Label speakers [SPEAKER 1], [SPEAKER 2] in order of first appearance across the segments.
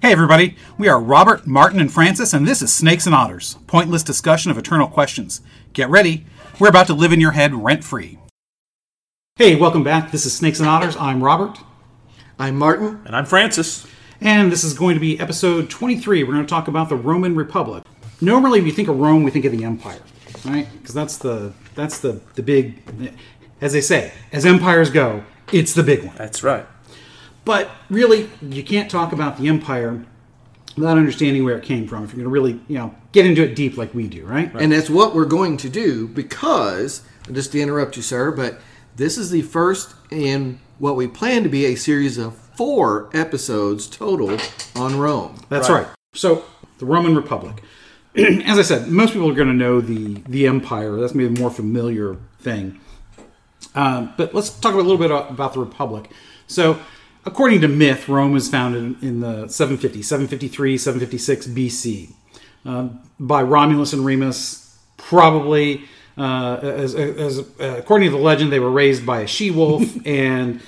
[SPEAKER 1] Hey, everybody. We are Robert, Martin, and Francis, and this is Snakes and Otters, pointless discussion of eternal questions. Get ready. We're about to live in your head rent free. Hey, welcome back. This is Snakes and Otters. I'm Robert,
[SPEAKER 2] I'm Martin.
[SPEAKER 3] And I'm Francis.
[SPEAKER 1] and this is going to be episode 23. We're going to talk about the Roman Republic. Normally, when you think of Rome, we think of the empire, right? Because that's the that's the the big, as they say, as empires go, it's the big one.
[SPEAKER 3] That's right.
[SPEAKER 1] But really, you can't talk about the empire without understanding where it came from. If you're going to really, you know, get into it deep like we do, right?
[SPEAKER 2] And that's what we're going to do because, just to interrupt you, sir, but this is the first in what we plan to be a series of four episodes total on Rome.
[SPEAKER 1] That's right. So the Roman Republic. As I said, most people are going to know the the empire. That's maybe a more familiar thing. Um, but let's talk a little bit about the republic. So, according to myth, Rome was founded in the 750, 753, 756 BC um, by Romulus and Remus. Probably, uh, as, as, uh, according to the legend, they were raised by a she wolf, and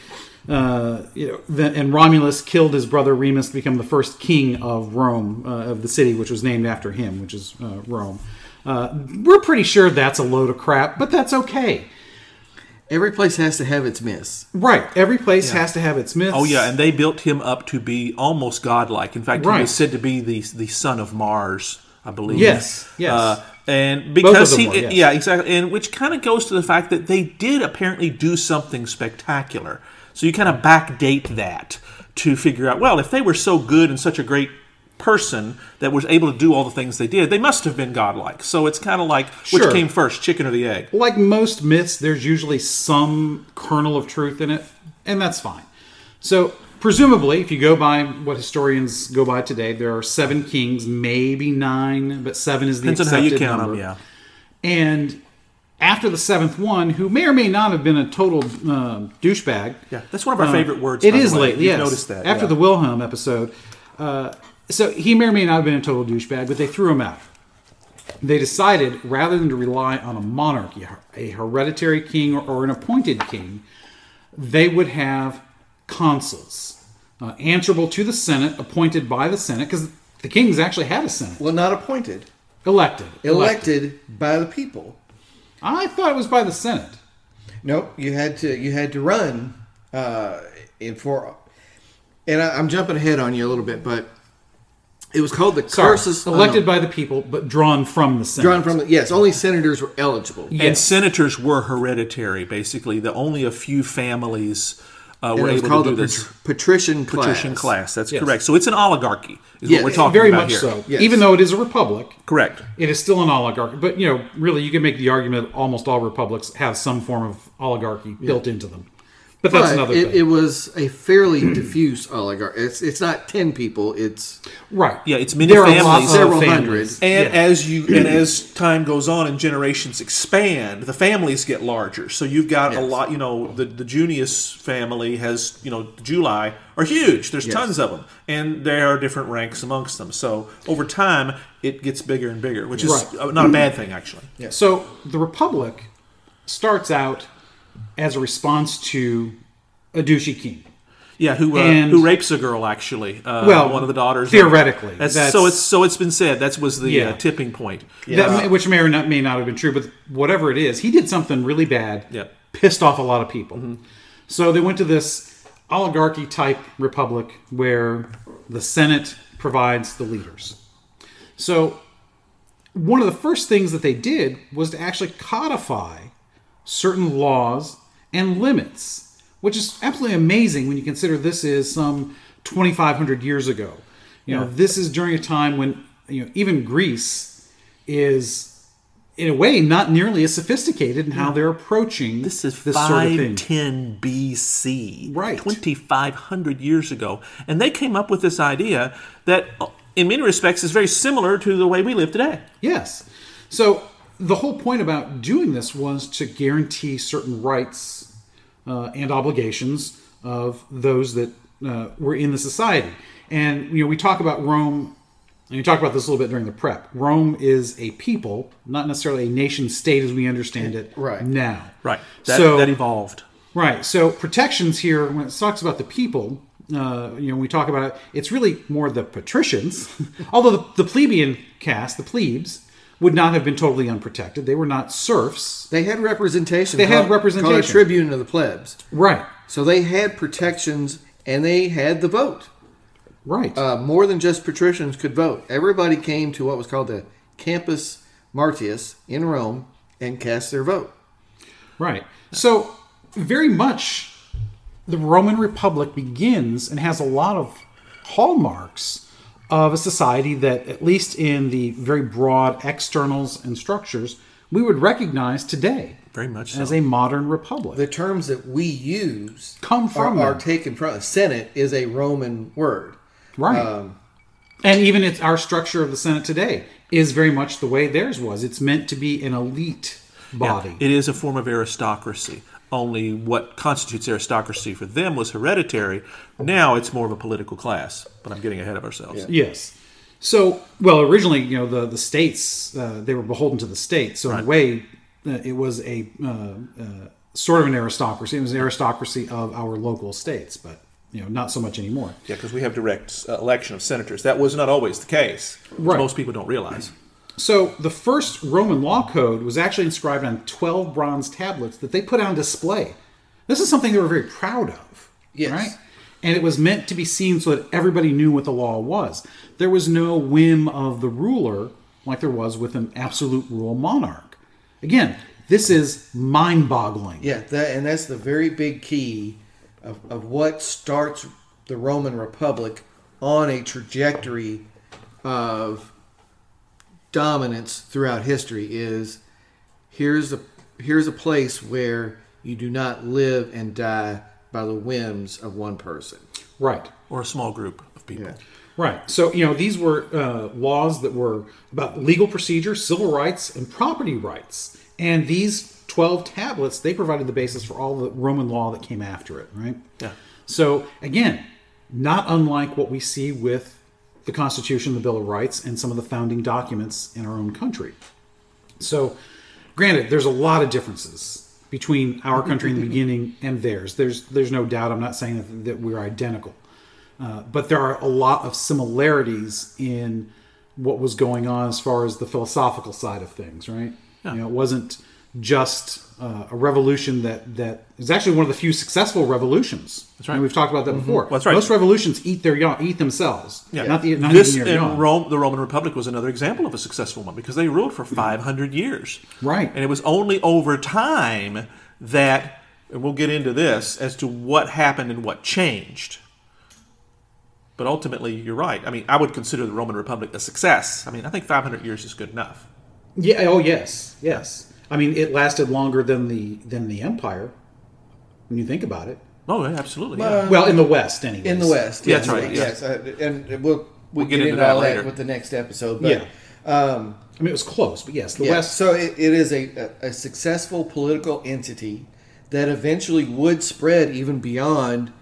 [SPEAKER 1] uh, you know, then, and Romulus killed his brother Remus to become the first king of Rome, uh, of the city, which was named after him, which is uh, Rome. Uh, we're pretty sure that's a load of crap, but that's okay.
[SPEAKER 2] Every place has to have its myths.
[SPEAKER 1] Right. Every place has to have its myths.
[SPEAKER 3] Oh yeah, and they built him up to be almost godlike. In fact,
[SPEAKER 1] Right.
[SPEAKER 3] he was said to be the the son of Mars, I believe.
[SPEAKER 1] Yes, yes.
[SPEAKER 3] Uh, and because
[SPEAKER 1] them
[SPEAKER 3] he,
[SPEAKER 1] were, yes.
[SPEAKER 3] yeah, exactly, and which kind of goes to the fact that they did apparently do something spectacular. So you kind of backdate that to figure out. Well, if they were so good and such a great person that was able to do all the things they did, they must have been godlike. So it's kind of like which
[SPEAKER 1] Sure.
[SPEAKER 3] came first, chicken or the egg?
[SPEAKER 1] like most myths, there's usually some kernel of truth in it, and that's fine. So, presumably, if you go by what historians go by today, there are seven kings, maybe nine, but seven is the
[SPEAKER 3] Depends on how
[SPEAKER 1] accepted
[SPEAKER 3] you count
[SPEAKER 1] number.
[SPEAKER 3] them. Yeah.
[SPEAKER 1] And after the seventh one, who may or may not have been a total uh, douchebag, Uh,
[SPEAKER 3] Yeah, that's one of our favorite words.
[SPEAKER 1] it
[SPEAKER 3] by the
[SPEAKER 1] is
[SPEAKER 3] way.
[SPEAKER 1] lately. yes,
[SPEAKER 3] You've noticed that
[SPEAKER 1] after
[SPEAKER 3] yeah.
[SPEAKER 1] the Wilhelm episode. Uh, so he may or may not have been a total douchebag, but they threw him out. They decided rather than to rely on a monarchy, a hereditary king or, or an appointed king, they would have consuls uh, answerable to the Senate, appointed by the Senate, because the kings actually had a Senate
[SPEAKER 2] Well, not appointed,
[SPEAKER 1] elected.
[SPEAKER 2] elected by the people.
[SPEAKER 1] I thought it was by the Senate.
[SPEAKER 2] Nope, you had to you had to run uh, in for. And I, I'm jumping ahead on you a little bit, but it was called the
[SPEAKER 1] Sorry,
[SPEAKER 2] cursus
[SPEAKER 1] elected by the people, but drawn from the Senate.
[SPEAKER 2] drawn from the yes. Only senators were eligible.
[SPEAKER 3] And
[SPEAKER 1] Yes.
[SPEAKER 3] senators were hereditary, basically. The only a few families uh,
[SPEAKER 2] And
[SPEAKER 3] were
[SPEAKER 2] it was
[SPEAKER 3] able to
[SPEAKER 2] called
[SPEAKER 3] do
[SPEAKER 2] the
[SPEAKER 3] this
[SPEAKER 2] pat- patrician class.
[SPEAKER 3] patrician class. That's
[SPEAKER 1] Yes.
[SPEAKER 3] correct. So it's an oligarchy, is
[SPEAKER 2] Yeah,
[SPEAKER 3] what we're
[SPEAKER 2] it-
[SPEAKER 3] talking
[SPEAKER 1] very
[SPEAKER 3] about
[SPEAKER 1] much
[SPEAKER 3] here.
[SPEAKER 1] so.
[SPEAKER 2] Yes.
[SPEAKER 1] Even though it is a republic,
[SPEAKER 3] Correct.
[SPEAKER 1] it is still an oligarchy. But you know, really, you can make the argument that almost all republics have some form of oligarchy built into them. But that's
[SPEAKER 2] But
[SPEAKER 1] another
[SPEAKER 2] it,
[SPEAKER 1] thing,
[SPEAKER 2] it was a fairly diffuse oligarchy. It's it's not ten people. It's
[SPEAKER 1] right?
[SPEAKER 3] Yeah, it's many
[SPEAKER 1] there Are
[SPEAKER 3] families.
[SPEAKER 1] lots of
[SPEAKER 2] Several
[SPEAKER 1] families.
[SPEAKER 2] hundred.
[SPEAKER 3] And as you and as time goes on and generations expand, the families get larger. So you've got a
[SPEAKER 2] Yes.
[SPEAKER 3] lot. You know, the the Junius family has you know July are huge. There's tons of them, and there are different ranks amongst them. So over time, it gets bigger and bigger, which is
[SPEAKER 1] Right.
[SPEAKER 3] uh, not a bad thing actually.
[SPEAKER 1] So the republic starts out as a response to a douchey king.
[SPEAKER 3] Yeah, who uh,
[SPEAKER 1] And-
[SPEAKER 3] who rapes a girl actually? Uh,
[SPEAKER 1] Well,
[SPEAKER 3] one of the daughters.
[SPEAKER 1] theoretically,
[SPEAKER 3] That's,
[SPEAKER 1] that's-
[SPEAKER 3] so it's so it's been said. That was the
[SPEAKER 1] Yeah.
[SPEAKER 3] uh, tipping point. Uh,
[SPEAKER 1] That may- which may or not may not have been true, but whatever it is, he did something really bad.
[SPEAKER 3] Yeah.
[SPEAKER 1] Pissed off a lot of people. So they went to this oligarchy type republic where the Senate provides the leaders. So one of the first things that they did was to actually codify certain laws and limits, which is absolutely amazing when you consider this is some 2,500 years ago. You know, this is during a time when you know even Greece is, in a way, not nearly as sophisticated in how they're approaching
[SPEAKER 3] This is
[SPEAKER 1] sort of thing.
[SPEAKER 3] 510 BC,
[SPEAKER 1] Right.
[SPEAKER 3] 2,500 years ago. And they came up with this idea that, uh, in many respects, is very similar to the way we live today.
[SPEAKER 1] Yes. So the whole point about doing this was to guarantee certain rights uh, and obligations of those that uh, were in the society. And you know, we talk about Rome, and we talked about this a little bit during the prep. Rome is a people, not necessarily a nation state as we understand it
[SPEAKER 2] Right.
[SPEAKER 1] now.
[SPEAKER 3] That,
[SPEAKER 1] so
[SPEAKER 3] that evolved.
[SPEAKER 1] Right. So protections here, when it talks about the people, uh, you know, we talk about it, it's really more the patricians, although the, the plebeian cast, the plebes, would not have been totally unprotected. They were not serfs.
[SPEAKER 2] They had representation.
[SPEAKER 1] They had
[SPEAKER 2] called- called
[SPEAKER 1] representation.
[SPEAKER 2] a tribune of the plebs.
[SPEAKER 1] Right,
[SPEAKER 2] So they had protections and they had the vote.
[SPEAKER 1] right.
[SPEAKER 2] Uh, more than just patricians could vote. Everybody came to what was called the Campus Martius in Rome and cast their vote.
[SPEAKER 1] Right. So, very much the Roman Republic begins and has a lot of hallmarks of a society that, at least in the very broad externals and structures, we would recognize today
[SPEAKER 3] Very much so.
[SPEAKER 1] as a modern republic.
[SPEAKER 2] The terms that we use
[SPEAKER 1] Come from
[SPEAKER 2] are, are
[SPEAKER 1] them.
[SPEAKER 2] taken from. Senate is a Roman word.
[SPEAKER 1] right. and even it's our structure of the Senate today is very much the way theirs was. It's meant to be an elite body.
[SPEAKER 3] It is a form of aristocracy. Only what constitutes aristocracy for them was hereditary. Now it's more of a political class. But I'm getting ahead of ourselves.
[SPEAKER 1] Yes. So, well, originally, you know, the the states uh, they were beholden to the states. So in a way, uh, it was a uh, uh, sort of an aristocracy. It was an aristocracy of our local states, but you know, not so much anymore.
[SPEAKER 3] Yeah, because we have direct uh, election of senators. That was not always the case. which
[SPEAKER 1] Right.
[SPEAKER 3] Most people don't realize.
[SPEAKER 1] So the first Roman law code was actually inscribed on twelve bronze tablets that they put on display. This is something they were very proud of.
[SPEAKER 2] Yes.
[SPEAKER 1] Right. And it was meant to be seen so that everybody knew what the law was. There was no whim of the ruler like there was with an absolute rule monarch. Again, this is mind boggling.
[SPEAKER 2] Yeah, that, and that's the very big key of, of what starts the Roman Republic on a trajectory of dominance throughout history is here's a here's a place where you do not live and die by the whims of one person.
[SPEAKER 1] Right.
[SPEAKER 3] Or a small group of people.
[SPEAKER 2] Yeah.
[SPEAKER 1] Right. So, you know, these were uh, laws that were about legal procedure, civil rights, and property rights. And these 12 tablets, they provided the basis for all the Roman law that came after it, right?
[SPEAKER 3] Yeah.
[SPEAKER 1] So, again, not unlike what we see with the Constitution, the Bill of Rights, and some of the founding documents in our own country. So, granted, there's a lot of differences between our country in the beginning and theirs. There's there's no doubt. I'm not saying that, that we're identical, uh, but there are a lot of similarities in what was going on as far as the philosophical side of things. Right? You know, it wasn't just uh, a revolution that that is actually one of the few successful revolutions. That's
[SPEAKER 3] right. Mm-hmm.
[SPEAKER 1] And we've talked about that before.
[SPEAKER 3] that's right.
[SPEAKER 1] Most revolutions eat their young, eat themselves.
[SPEAKER 3] Yeah.
[SPEAKER 1] Not the not
[SPEAKER 3] this
[SPEAKER 1] even their young.
[SPEAKER 3] and Rome, the Roman Republic was another example of a successful one because they ruled for 500 years.
[SPEAKER 1] Right.
[SPEAKER 3] And it was only over time that, and we'll get into this as to what happened and what changed. But ultimately, you're right. I mean, I would consider the Roman Republic a success. I mean, I think 500 years is good enough.
[SPEAKER 1] Yeah. Oh, yes. Yes. I mean, it lasted longer than the than the empire. When you think about it,
[SPEAKER 3] Oh, yeah, absolutely. yeah.
[SPEAKER 1] well, in the West, anyway.
[SPEAKER 2] In the West,
[SPEAKER 3] Yeah, that's
[SPEAKER 2] yes,
[SPEAKER 3] right, yeah.
[SPEAKER 2] Yes, uh, and we'll we'll
[SPEAKER 3] get
[SPEAKER 2] get,
[SPEAKER 3] into
[SPEAKER 2] into
[SPEAKER 3] that
[SPEAKER 2] all
[SPEAKER 3] later.
[SPEAKER 2] that with the next episode. But um,
[SPEAKER 1] yeah. I mean, it was close, but yes, the
[SPEAKER 2] Yeah,
[SPEAKER 1] West.
[SPEAKER 2] So it, it is a, a, a successful political entity that eventually would spread even beyond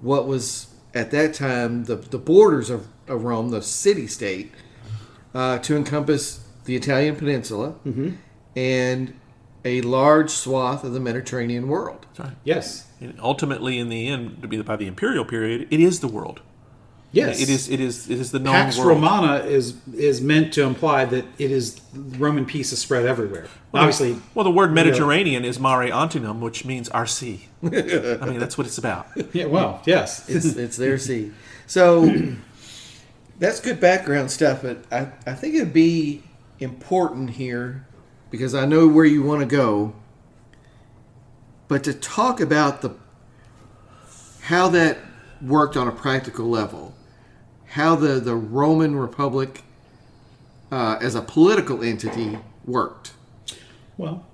[SPEAKER 2] what was at that time the, the borders of, of Rome, the city state, uh, to encompass the Italian peninsula and a large swath of the Mediterranean world.
[SPEAKER 3] That's right.
[SPEAKER 1] Yes.
[SPEAKER 3] And ultimately, in the end, to be by the imperial period, it is the world.
[SPEAKER 1] Yes.
[SPEAKER 3] It is. It is. It is the known
[SPEAKER 1] Pax
[SPEAKER 3] world.
[SPEAKER 1] Romana is is meant to imply that it is Roman peace is spread everywhere. Obviously,
[SPEAKER 3] Well, the word Mediterranean is mare antinum, which means our sea. I mean, that's what it's about.
[SPEAKER 1] yeah. Well, yes.
[SPEAKER 2] It's, it's their sea. So that's good background stuff, but I, I think it'd be important here because I know where you want to go. But to talk about the how that worked on a practical level, how the, the Roman Republic uh, as a political entity worked.
[SPEAKER 1] well,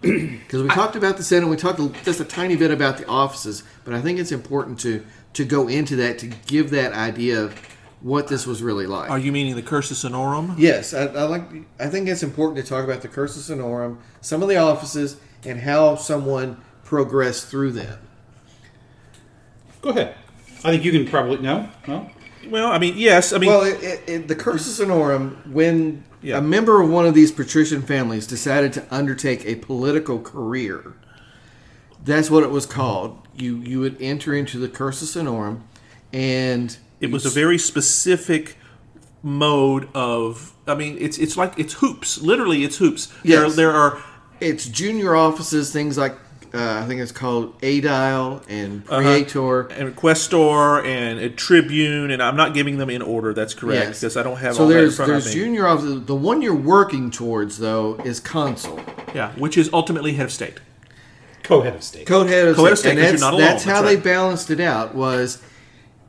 [SPEAKER 2] Because we talked about the Senate, we talked just a tiny bit about the offices, but I think it's important to to go into that to give that idea of what this was really like.
[SPEAKER 3] Are you meaning the cursus honorum?
[SPEAKER 2] yes, I, I like. I think it's important to talk about the cursus honorum, some of the offices, and how someone progressed through them.
[SPEAKER 1] go ahead. I think you can probably no, no.
[SPEAKER 3] Well, I mean, yes. I mean,
[SPEAKER 2] Well, it, it, it, the cursus honorum, when
[SPEAKER 3] Yeah.
[SPEAKER 2] a member of one of these patrician families decided to undertake a political career, That's what it was called. You you would enter into the Cursus Honorum, and
[SPEAKER 3] It was a very specific mode of. I mean, it's it's like it's hoops. Literally, it's hoops.
[SPEAKER 2] Yes.
[SPEAKER 3] There, there are
[SPEAKER 2] it's junior offices, things like uh, I think it's called Adile and
[SPEAKER 3] Uh-huh.
[SPEAKER 2] Praetor.
[SPEAKER 3] and Questor and a Tribune, and I'm not giving them in order. That's correct
[SPEAKER 2] Yes.
[SPEAKER 3] because I don't have
[SPEAKER 2] So
[SPEAKER 3] all
[SPEAKER 2] there's
[SPEAKER 3] that in front
[SPEAKER 2] there's
[SPEAKER 3] of me.
[SPEAKER 2] junior offices. The one you're working towards though is consul.
[SPEAKER 3] yeah, which is ultimately head of state.
[SPEAKER 1] Co-head of state.
[SPEAKER 2] Code head of
[SPEAKER 3] Co-head of
[SPEAKER 2] and
[SPEAKER 3] state, 'cause you're
[SPEAKER 2] that's,
[SPEAKER 3] not alone,
[SPEAKER 2] that's how
[SPEAKER 3] that's
[SPEAKER 2] they
[SPEAKER 3] right.
[SPEAKER 2] balanced it out was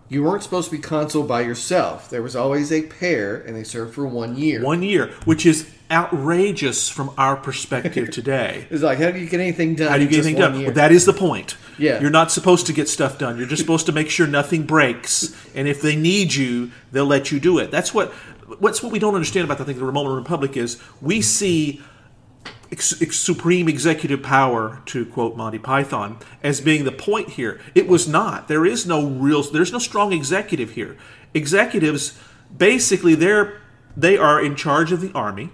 [SPEAKER 2] you weren't supposed to be consul by yourself. There was always a pair, and they served for one year.
[SPEAKER 3] One year, which is outrageous from our perspective today.
[SPEAKER 2] It's like how do you get anything done?
[SPEAKER 3] How do you
[SPEAKER 2] in
[SPEAKER 3] get
[SPEAKER 2] just
[SPEAKER 3] anything
[SPEAKER 2] one
[SPEAKER 3] done?
[SPEAKER 2] year?
[SPEAKER 3] Well, that is the point.
[SPEAKER 2] Yeah.
[SPEAKER 3] You're not supposed to get stuff done. You're just supposed to make sure nothing breaks. And if they need you, they'll let you do it. That's what what's what we don't understand about the thing the Roman Republic is we see ex- ex- supreme executive power to quote Monty Python as being the point here. It was not. There is no real there's no strong executive here. Executives basically they're they are in charge of the army.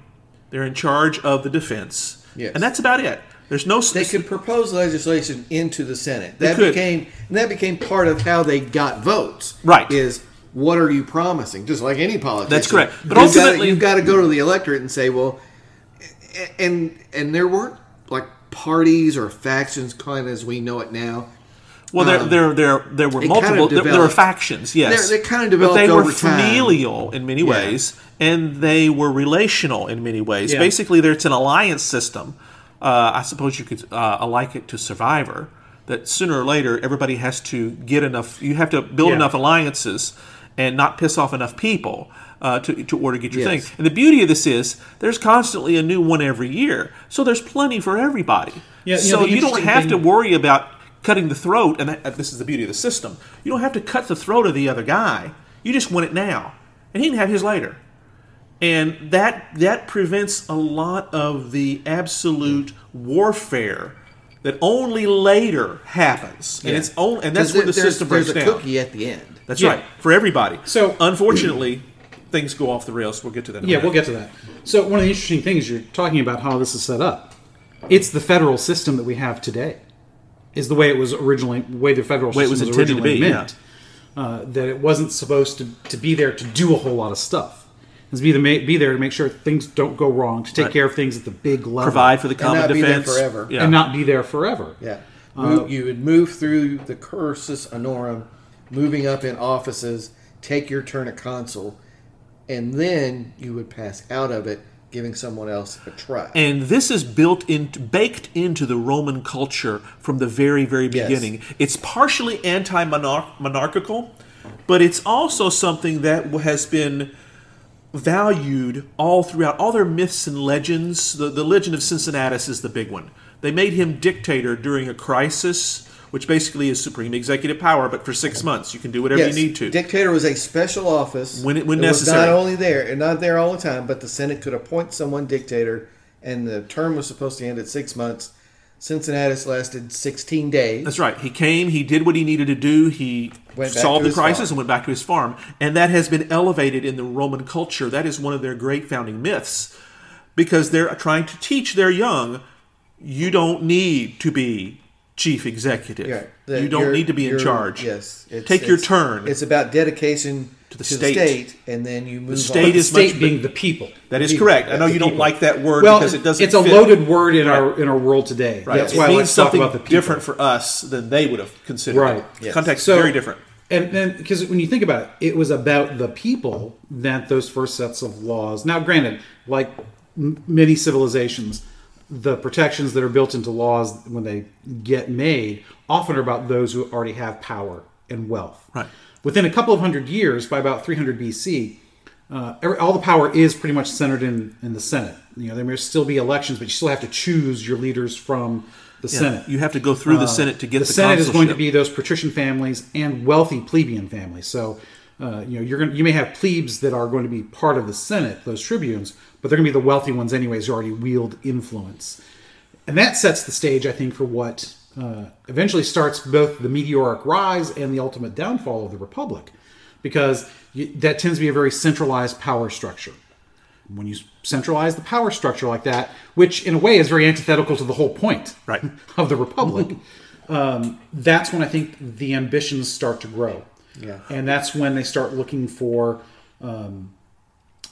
[SPEAKER 3] They're in charge of the defense.
[SPEAKER 2] Yes.
[SPEAKER 3] And that's about it. There's no
[SPEAKER 2] they could propose legislation into the Senate. That
[SPEAKER 3] could.
[SPEAKER 2] became and that became part of how they got votes.
[SPEAKER 3] Right.
[SPEAKER 2] Is what are you promising? Just like any politician.
[SPEAKER 3] That's correct. But
[SPEAKER 2] You've gotta-
[SPEAKER 3] ultimately-
[SPEAKER 2] you've got to go to the electorate and say, well, a- and and there weren't like parties or factions kind of as we know it now.
[SPEAKER 3] Well, there, there, there, there were
[SPEAKER 2] Um, it
[SPEAKER 3] multiple.
[SPEAKER 2] kind of
[SPEAKER 3] there- there, were
[SPEAKER 2] developed.
[SPEAKER 3] factions, yes.
[SPEAKER 2] They- they kind of
[SPEAKER 3] But they
[SPEAKER 2] developed
[SPEAKER 3] were
[SPEAKER 2] over time.
[SPEAKER 3] familial in many ways, and they were relational in many ways.
[SPEAKER 1] Yeah.
[SPEAKER 3] Basically, there it's an alliance system. Uh, I suppose you could uh, like it to Survivor. That sooner or later, everybody has to get enough. You have to build
[SPEAKER 1] Yeah.
[SPEAKER 3] enough alliances and not piss off enough people uh, to to order get your
[SPEAKER 2] Yes.
[SPEAKER 3] things. And the beauty of this is there's constantly a new one every year, so there's plenty for everybody.
[SPEAKER 1] Yeah, you know,
[SPEAKER 3] so
[SPEAKER 1] the
[SPEAKER 3] you don't
[SPEAKER 1] interesting
[SPEAKER 3] have
[SPEAKER 1] thing-
[SPEAKER 3] to worry about cutting the throat, and that, uh, this is the beauty of the system. You don't have to cut the throat of the other guy. You just win it now, and he can have his later. And that that prevents a lot of the absolute warfare that only later happens, and it's only and that's where
[SPEAKER 2] There-
[SPEAKER 3] the
[SPEAKER 2] there's-
[SPEAKER 3] system
[SPEAKER 2] there's
[SPEAKER 3] breaks
[SPEAKER 2] a
[SPEAKER 3] down.
[SPEAKER 2] cookie at the end.
[SPEAKER 3] That's
[SPEAKER 1] Yeah.
[SPEAKER 3] right for everybody.
[SPEAKER 1] So-
[SPEAKER 3] unfortunately, things go off the rails. We'll get to that. In
[SPEAKER 1] Yeah,
[SPEAKER 3] a
[SPEAKER 1] we'll
[SPEAKER 3] minute.
[SPEAKER 1] get to that. So one of the interesting things you're talking about how this is set up. It's the federal system that we have today. Is the way it was originally, the way the federal
[SPEAKER 3] Way it
[SPEAKER 1] system
[SPEAKER 3] was
[SPEAKER 1] was,
[SPEAKER 3] intended to
[SPEAKER 1] originally
[SPEAKER 3] be,
[SPEAKER 1] meant. Uh, that it wasn't supposed to, to be there to do a whole lot of stuff. It's be the ma- be there to make sure things don't go wrong, to take care of things at the big level,
[SPEAKER 3] provide for the common
[SPEAKER 2] not be there
[SPEAKER 3] defense
[SPEAKER 2] forever.
[SPEAKER 3] Yeah.
[SPEAKER 1] and not be there forever.
[SPEAKER 2] Yeah.
[SPEAKER 3] Uh,
[SPEAKER 2] Move, you would move through the cursus honorum, moving up in offices, take your turn at consul, and then you would pass out of it, giving someone else a try.
[SPEAKER 3] and this is built in baked into the roman culture from the very very
[SPEAKER 2] Yes.
[SPEAKER 3] beginning it's partially anti-monarchical but it's also something that has been valued all throughout all their myths and legends the, the legend of cincinnatus is the big one they made him dictator during a crisis which basically is supreme executive power but for six months you can do whatever
[SPEAKER 2] Yes,
[SPEAKER 3] you need to
[SPEAKER 2] Dictator was a special office
[SPEAKER 3] When it- when
[SPEAKER 2] that was
[SPEAKER 3] necessary.
[SPEAKER 2] not only there and not there all the time, but the Senate could appoint someone dictator, and the term was supposed to end at six months. Cincinnatus lasted sixteen days.
[SPEAKER 3] That's right. He came, he did what he needed to do, he
[SPEAKER 2] Went back
[SPEAKER 3] solved
[SPEAKER 2] to
[SPEAKER 3] the
[SPEAKER 2] his
[SPEAKER 3] crisis
[SPEAKER 2] farm.
[SPEAKER 3] and went back to his farm. And that has been elevated in the Roman culture. That is one of their great founding myths because they're trying to teach their young you don't need to be chief executive.
[SPEAKER 2] Yeah, that
[SPEAKER 3] you don't
[SPEAKER 2] you're-
[SPEAKER 3] need to be in
[SPEAKER 2] you're-
[SPEAKER 3] charge.
[SPEAKER 2] Yes, it's-
[SPEAKER 3] Take your
[SPEAKER 2] it's-
[SPEAKER 3] turn.
[SPEAKER 2] It's about dedication to
[SPEAKER 3] the
[SPEAKER 2] the,
[SPEAKER 3] state.
[SPEAKER 2] state. and then you move. on.
[SPEAKER 3] state
[SPEAKER 1] But the
[SPEAKER 3] is much
[SPEAKER 1] state
[SPEAKER 3] big-
[SPEAKER 1] being the people.
[SPEAKER 3] that is correct. I know
[SPEAKER 2] The
[SPEAKER 3] you don't
[SPEAKER 2] people.
[SPEAKER 3] like that word
[SPEAKER 1] well,
[SPEAKER 3] because it doesn't
[SPEAKER 1] It's a
[SPEAKER 3] fit.
[SPEAKER 1] loaded word in our in our world today.
[SPEAKER 3] Right.
[SPEAKER 1] That's
[SPEAKER 3] it
[SPEAKER 1] why I
[SPEAKER 3] means
[SPEAKER 1] like to talk
[SPEAKER 3] something
[SPEAKER 1] about the people.
[SPEAKER 3] different for us than they would have considered. it.
[SPEAKER 1] Right.
[SPEAKER 2] Yes.
[SPEAKER 3] Context
[SPEAKER 1] So-
[SPEAKER 3] is very different.
[SPEAKER 1] And then, because when you think about it, it was about the people that those first sets of laws. Now, granted, like m- many civilizations, the protections that are built into laws when they get made often are about those who already have power and wealth.
[SPEAKER 3] Right.
[SPEAKER 1] Within a couple of hundred years, by about 300 BC, uh, every, all the power is pretty much centered in, in the Senate. You know, there may still be elections, but you still have to choose your leaders from the Senate Um,
[SPEAKER 3] You have to go through the Senate to get the,
[SPEAKER 1] the, Senate is going to
[SPEAKER 3] consulship.
[SPEAKER 1] be those patrician families and wealthy plebeian families. So, uh, you know, you're going to, you may have plebes that are going to be part of the Senate, those tribunes, but they're going to be the wealthy ones anyways who already wield influence, and that sets the stage, I think, for what uh, eventually starts both the meteoric rise and the ultimate downfall of the republic, because you, that tends to be a very centralized power structure. When you centralize the power structure like that, which in a way is very antithetical to the whole point
[SPEAKER 3] Right.
[SPEAKER 1] of the republic, um, that's when I think the ambitions start to grow.
[SPEAKER 2] Yeah.
[SPEAKER 1] And that's when they start looking for um,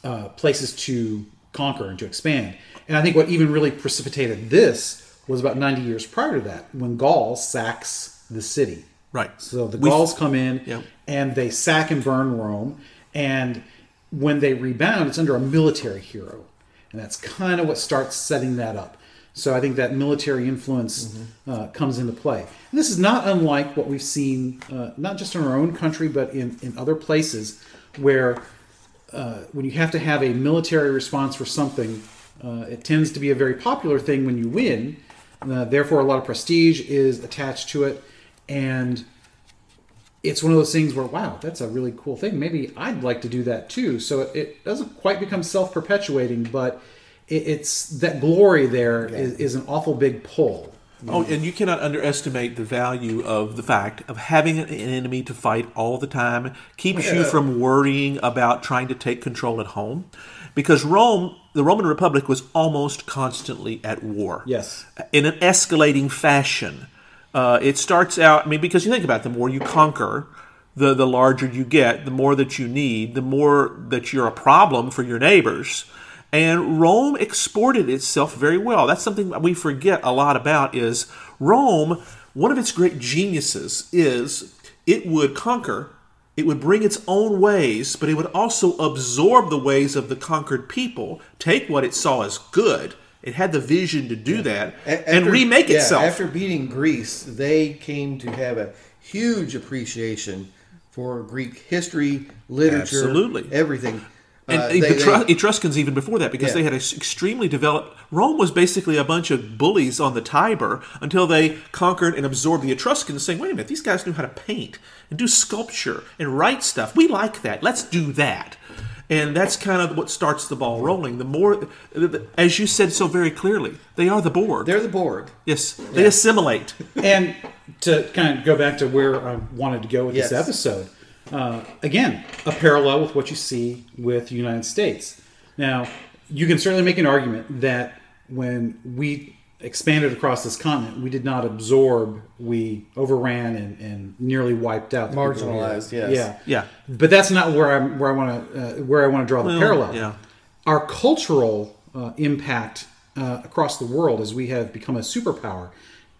[SPEAKER 1] uh, places to conquer and to expand. And I think what even really precipitated this was about 90 years prior to that, when Gaul sacks the city.
[SPEAKER 3] Right.
[SPEAKER 1] So the
[SPEAKER 3] We-
[SPEAKER 1] Gauls come in
[SPEAKER 3] Yep.
[SPEAKER 1] and they sack and burn Rome. And when they rebound, it's under a military hero. And that's kind of what starts setting that up. So I think that military influence uh, comes into play. And this is not unlike what we've seen, uh, not just in our own country, but in, in other places where uh, when you have to have a military response for something, uh, it tends to be a very popular thing when you win. Uh, therefore, a lot of prestige is attached to it. And it's one of those things where wow that's a really cool thing maybe i'd like to do that too so it, it doesn't quite become self-perpetuating but it, it's that glory there is is an awful big pull
[SPEAKER 3] Oh, and you cannot underestimate the value of the fact of having an enemy to fight all the time keeps you from worrying about trying to take control at home. Because Rome, the Roman Republic, was almost constantly at war.
[SPEAKER 1] Yes.
[SPEAKER 3] In an escalating fashion. Uh, it starts out, I mean, because you think about it, the more you conquer, the, the larger you get, the more that you need, the more that you're a problem for your neighbors. And Rome exported itself very well. That's something that we forget a lot about is Rome, one of its great geniuses is it would conquer, it would bring its own ways, but it would also absorb the ways of the conquered people, take what it saw as good. It had the vision to do that
[SPEAKER 2] A-
[SPEAKER 3] and
[SPEAKER 2] after-
[SPEAKER 3] remake
[SPEAKER 2] yeah,
[SPEAKER 3] itself.
[SPEAKER 2] After beating Greece, they came to have a huge appreciation for Greek history, literature,
[SPEAKER 3] Absolutely.
[SPEAKER 2] everything.
[SPEAKER 3] And
[SPEAKER 2] Uh,
[SPEAKER 3] the
[SPEAKER 2] they-
[SPEAKER 3] Tru-
[SPEAKER 2] they-
[SPEAKER 3] Etruscans even before that, because
[SPEAKER 2] Yeah.
[SPEAKER 3] they had an extremely developed. Rome was basically a bunch of bullies on the Tiber until they conquered and absorbed the Etruscans, saying, "Wait a minute, these guys knew how to paint and do sculpture and write stuff. We like that. Let's do that." And that's kind of what starts the ball rolling. The more, as you said so very clearly, they are the board.
[SPEAKER 2] they're the board.
[SPEAKER 3] yes, they assimilate.
[SPEAKER 1] and to kind of go back to where i wanted to go with
[SPEAKER 2] Yes.
[SPEAKER 1] this episode uh, again a parallel with what you see with the united states now you can certainly make an argument that when we expanded across this continent we did not absorb we overran and, and nearly wiped out the people here.
[SPEAKER 2] Marginalized, yes.
[SPEAKER 1] yeah
[SPEAKER 3] Yeah.
[SPEAKER 1] but that's not where I'm where I want to uh, where I want to draw the parallel.
[SPEAKER 3] yeah.
[SPEAKER 1] Our cultural uh, impact uh, across the world as we have become a superpower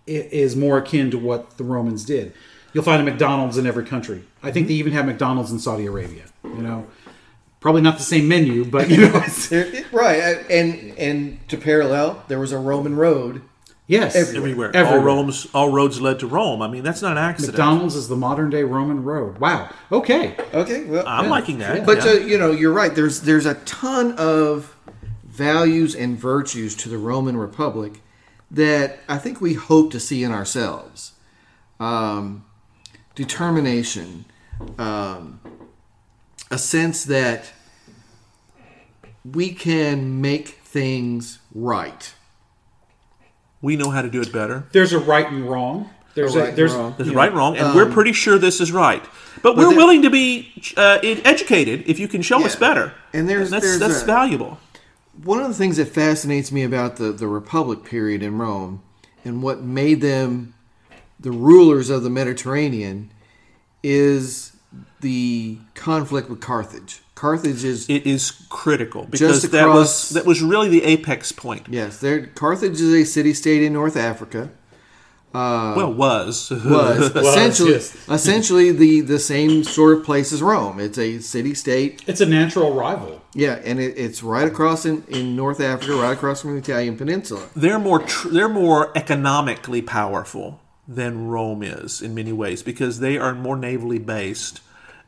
[SPEAKER 1] i- is more akin to what the Romans did. You'll find a McDonald's in every country. I think they even have McDonald's in Saudi Arabia. You know, probably not the same menu, but you know, it's,
[SPEAKER 2] They're- it- right, uh, and and to parallel, there was a Roman road.
[SPEAKER 1] yes,
[SPEAKER 3] Everywhere.
[SPEAKER 1] everywhere.
[SPEAKER 3] All Rome's all roads led to Rome. I mean, that's not an accident.
[SPEAKER 1] McDonald's is the modern day Roman road. Wow. Okay.
[SPEAKER 2] Okay, well,
[SPEAKER 3] I'm liking that.
[SPEAKER 1] Yeah.
[SPEAKER 2] But
[SPEAKER 3] yeah.
[SPEAKER 2] so, you know, you're right. There's there's a ton of values and virtues to the Roman Republic that I think we hope to see in ourselves. Um, determination, um, a sense that we can make things right.
[SPEAKER 3] we know how to do it better.
[SPEAKER 1] There's a right and wrong. There's
[SPEAKER 2] A
[SPEAKER 1] a,
[SPEAKER 2] right and
[SPEAKER 1] there's
[SPEAKER 2] wrong.
[SPEAKER 3] There's right, wrong, and we're pretty sure this is right. um, But we're
[SPEAKER 2] there-
[SPEAKER 3] willing to be uh, ed- educated if you can show us
[SPEAKER 2] Yeah.
[SPEAKER 3] better.
[SPEAKER 2] And there's-
[SPEAKER 3] that's
[SPEAKER 2] there's
[SPEAKER 3] that's
[SPEAKER 2] a-
[SPEAKER 3] valuable.
[SPEAKER 2] one of the things that fascinates me about the, the Republic period in Rome and what made them the rulers of the Mediterranean is the conflict with Carthage. Carthage is
[SPEAKER 3] It is critical because that
[SPEAKER 2] across-
[SPEAKER 3] was that was really the apex point.
[SPEAKER 2] yes, there Carthage is a city state in North Africa.
[SPEAKER 3] well, was
[SPEAKER 2] Was essentially
[SPEAKER 1] yes.
[SPEAKER 2] essentially the, the same sort of place as Rome. It's a city state
[SPEAKER 1] it's a natural rival.
[SPEAKER 2] yeah, and it, it's right across in, in North Africa, right across from the Italian peninsula.
[SPEAKER 3] they're more tr- they're more economically powerful than Rome is in many ways because they are more navally based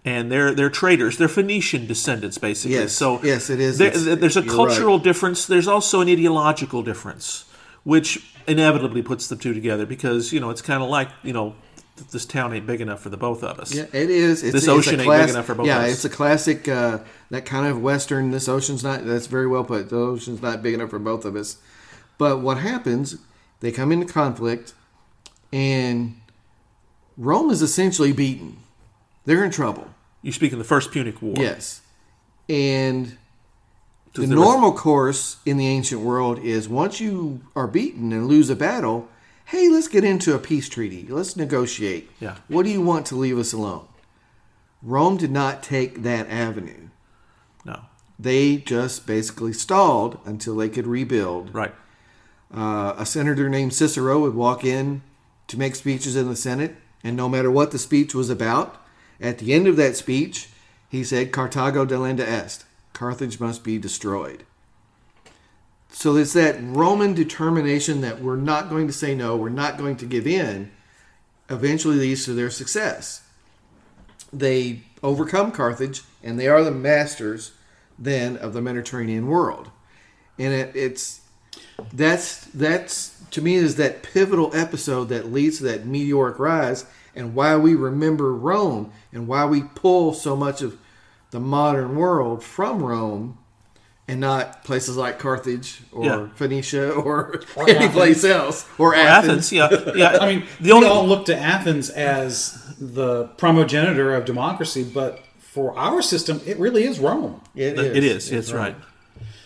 [SPEAKER 3] and they're they're traders they're Phoenician descendants basically
[SPEAKER 2] Yes,
[SPEAKER 3] so
[SPEAKER 2] yes, it is.
[SPEAKER 3] there-
[SPEAKER 2] It's-
[SPEAKER 3] there's a
[SPEAKER 2] you're
[SPEAKER 3] cultural difference there's also an ideological difference which inevitably puts the two together because you know it's kind of like you know th- this town ain't big enough for the both of us
[SPEAKER 2] Yeah, it is. It's,
[SPEAKER 3] This
[SPEAKER 2] it's
[SPEAKER 3] ocean
[SPEAKER 2] a
[SPEAKER 3] ain't
[SPEAKER 2] class,
[SPEAKER 3] big enough for both
[SPEAKER 2] Yeah,
[SPEAKER 3] of us.
[SPEAKER 2] it's a classic uh, that kind of Western. This ocean's not. That's very well put. The ocean's not big enough for both of us. But what happens? They come into conflict, and Rome is essentially beaten. They're in trouble.
[SPEAKER 3] you speak in the first Punic War
[SPEAKER 2] Yes, and the
[SPEAKER 3] there was-
[SPEAKER 2] normal course in the ancient world is once you are beaten and lose a battle, hey, let's get into a peace treaty. Let's negotiate.
[SPEAKER 3] Yeah.
[SPEAKER 2] What do you want to leave us alone? Rome did not take that avenue.
[SPEAKER 3] No.
[SPEAKER 2] They just basically stalled until they could rebuild.
[SPEAKER 3] Right.
[SPEAKER 2] Uh, a senator named Cicero would walk in to make speeches in the Senate, and no matter what the speech was about, at the end of that speech, he said, Carthago delenda est. Carthage must be destroyed. So it's that Roman determination that we're not going to say no, we're not going to give in, eventually leads to their success. They overcome Carthage, and they are the masters then of the Mediterranean world. And it, it's that's that's to me is that pivotal episode that leads to that meteoric rise and why we remember Rome and why we pull so much of the modern world from Rome and not places like Carthage or
[SPEAKER 3] Yeah.
[SPEAKER 2] Phoenicia or,
[SPEAKER 1] Or
[SPEAKER 2] any place else or, Athens.
[SPEAKER 3] Athens. Yeah. Yeah.
[SPEAKER 1] I mean,
[SPEAKER 3] the only
[SPEAKER 1] we all look to Athens as the primogenitor of democracy, but for our system, it really is Rome.
[SPEAKER 3] it is. It's right.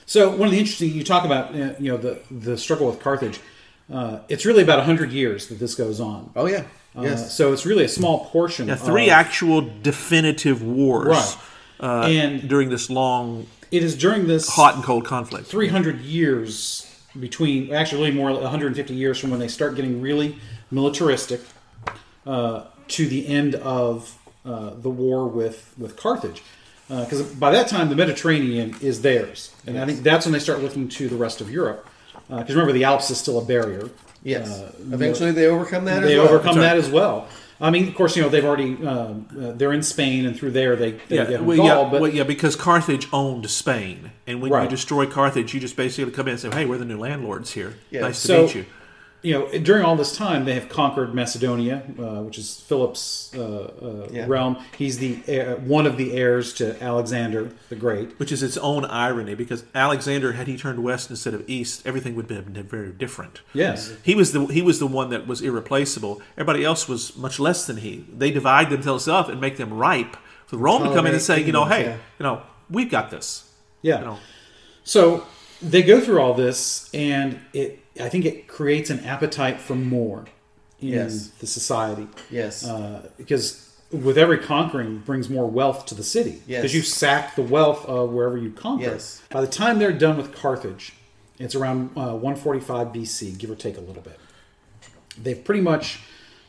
[SPEAKER 1] So one of the interesting you talk about, uh, you know, the the struggle with Carthage. Uh, it's really about hundred years that this goes on.
[SPEAKER 2] Oh yeah.
[SPEAKER 1] Uh,
[SPEAKER 2] Yes.
[SPEAKER 1] So it's really a small portion.
[SPEAKER 3] Yeah, three
[SPEAKER 1] of,
[SPEAKER 3] actual definitive wars
[SPEAKER 1] Right.
[SPEAKER 3] uh,
[SPEAKER 1] And-
[SPEAKER 3] during this long
[SPEAKER 1] It is during this
[SPEAKER 3] hot and cold conflict.
[SPEAKER 1] 300 years between actually really more like 150 years from when they start getting really militaristic uh, to the end of uh, the war with with Carthage because by that time the Mediterranean is theirs and I think that's when they start looking to the rest of Europe because remember the Alps is still a barrier
[SPEAKER 2] yes.
[SPEAKER 1] Uh,
[SPEAKER 2] Eventually they overcome that
[SPEAKER 1] they
[SPEAKER 2] as well.
[SPEAKER 1] overcome
[SPEAKER 3] That's right.
[SPEAKER 1] that as well I mean of course you know they've already um, uh, they're in Spain and through there they, they
[SPEAKER 3] Yeah,
[SPEAKER 1] get
[SPEAKER 3] well,
[SPEAKER 1] Gaul
[SPEAKER 3] yeah,
[SPEAKER 1] but
[SPEAKER 3] well, yeah, because Carthage owned Spain, and when you
[SPEAKER 1] Right.
[SPEAKER 3] destroy Carthage, you just basically come in and say, "Hey, we're the new landlords here. nice to
[SPEAKER 1] so-
[SPEAKER 3] meet you."
[SPEAKER 1] you know, during all this time, they have conquered Macedonia, uh, which is Philip's uh, uh,
[SPEAKER 2] Yeah.
[SPEAKER 1] realm. He's the heir, one of the heirs to Alexander the Great.
[SPEAKER 3] Which is its own irony, because Alexander, had he turned west instead of east, everything would have been very different.
[SPEAKER 1] Yes,
[SPEAKER 3] He was the he was the one that was irreplaceable. Everybody else was much less than he. They divide themselves up and make them ripe for Rome to come in and say, you know, hey,
[SPEAKER 2] Yeah.
[SPEAKER 3] you know, we've got this.
[SPEAKER 1] yeah.
[SPEAKER 3] You know,
[SPEAKER 1] So they go through all this, and it I think it creates an appetite for more in
[SPEAKER 2] Yes.
[SPEAKER 1] the society.
[SPEAKER 2] Yes.
[SPEAKER 1] uh, because with every conquering brings more wealth to the city
[SPEAKER 2] Yes.
[SPEAKER 1] because you sack the wealth of wherever you conquer.
[SPEAKER 2] Yes.
[SPEAKER 1] By the time they're done with Carthage, it's around uh, 145 BC, give or take a little bit. They've pretty much